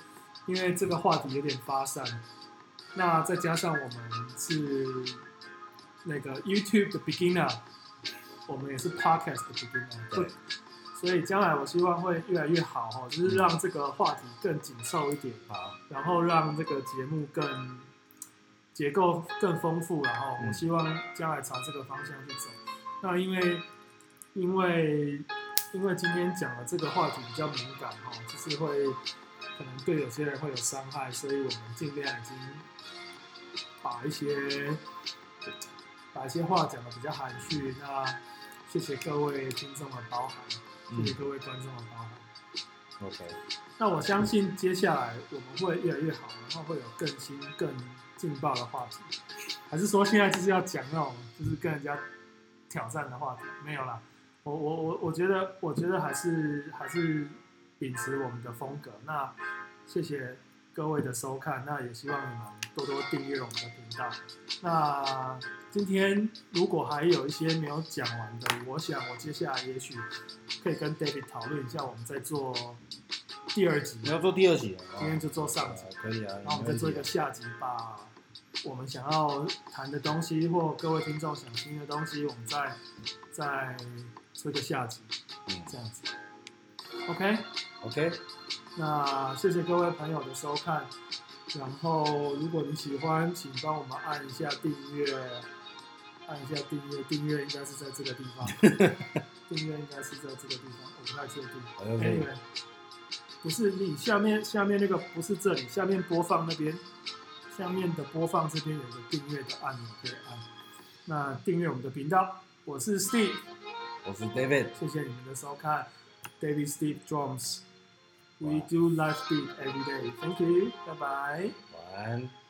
[SPEAKER 2] 因为这个话题有点发散，那再加上我们是那个 YouTube 的 beginner，我们也是 Podcast 的 beginner，
[SPEAKER 1] 对
[SPEAKER 2] 不所以将来我希望会越来越好哈，就是让这个话题更紧凑一点。
[SPEAKER 1] 好，
[SPEAKER 2] 然后让这个节目更结构更丰富，然后我
[SPEAKER 1] 嗯
[SPEAKER 2] 希望将来朝这个方向去走。那因为因为因为今天讲的这个话题比较敏感哈，就是会可能对有些人会有伤害，所以我们尽量已经把一些把一些话讲的比较含蓄。那谢谢各位听众的包涵，谢谢
[SPEAKER 1] 嗯
[SPEAKER 2] 各位观众的包涵。
[SPEAKER 1] ，OK，
[SPEAKER 2] 那我相信接下来我们会越来越好，然后会有更新、更劲爆的话题。还是说现在就是要讲那种就是跟人家挑战的话题？没有啦，我我我我觉得我觉得还是还是秉持我们的风格。那谢谢各位的收看，那也希望你们多多订阅我们的频道。那今天如果还有一些没有讲完的，我想我接下来也许可以跟 David 讨论一下，我们再做第二集，
[SPEAKER 1] 你要做第二集了，
[SPEAKER 2] 今天就做上集
[SPEAKER 1] 哦可以啊，
[SPEAKER 2] 然后我们再做一
[SPEAKER 1] 没
[SPEAKER 2] 个
[SPEAKER 1] 问题
[SPEAKER 2] 下集，把我们想要谈的东西或各位听众想听的东西，我们再再做一个下集，
[SPEAKER 1] 啊，嗯
[SPEAKER 2] 这样子。OK，
[SPEAKER 1] 嗯，OK，
[SPEAKER 2] 那谢谢各位朋友的收看，然后如果你喜欢，请帮我们按一下订阅，按一下订阅，订阅应该是在这个地方，订阅应该是在这个地方，我不太确定。
[SPEAKER 1] 好像
[SPEAKER 2] a
[SPEAKER 1] 是
[SPEAKER 2] n 不是你下面下面那个不是这里，下面播放那边，下面的播放这边有个订阅的按钮可以按。那订阅我们的频道，我是 Steve，
[SPEAKER 1] 我是 David，
[SPEAKER 2] 谢谢你们的收看，David Steve Drums。We do live beat every day. Thank you. 拜拜。
[SPEAKER 1] 晚安。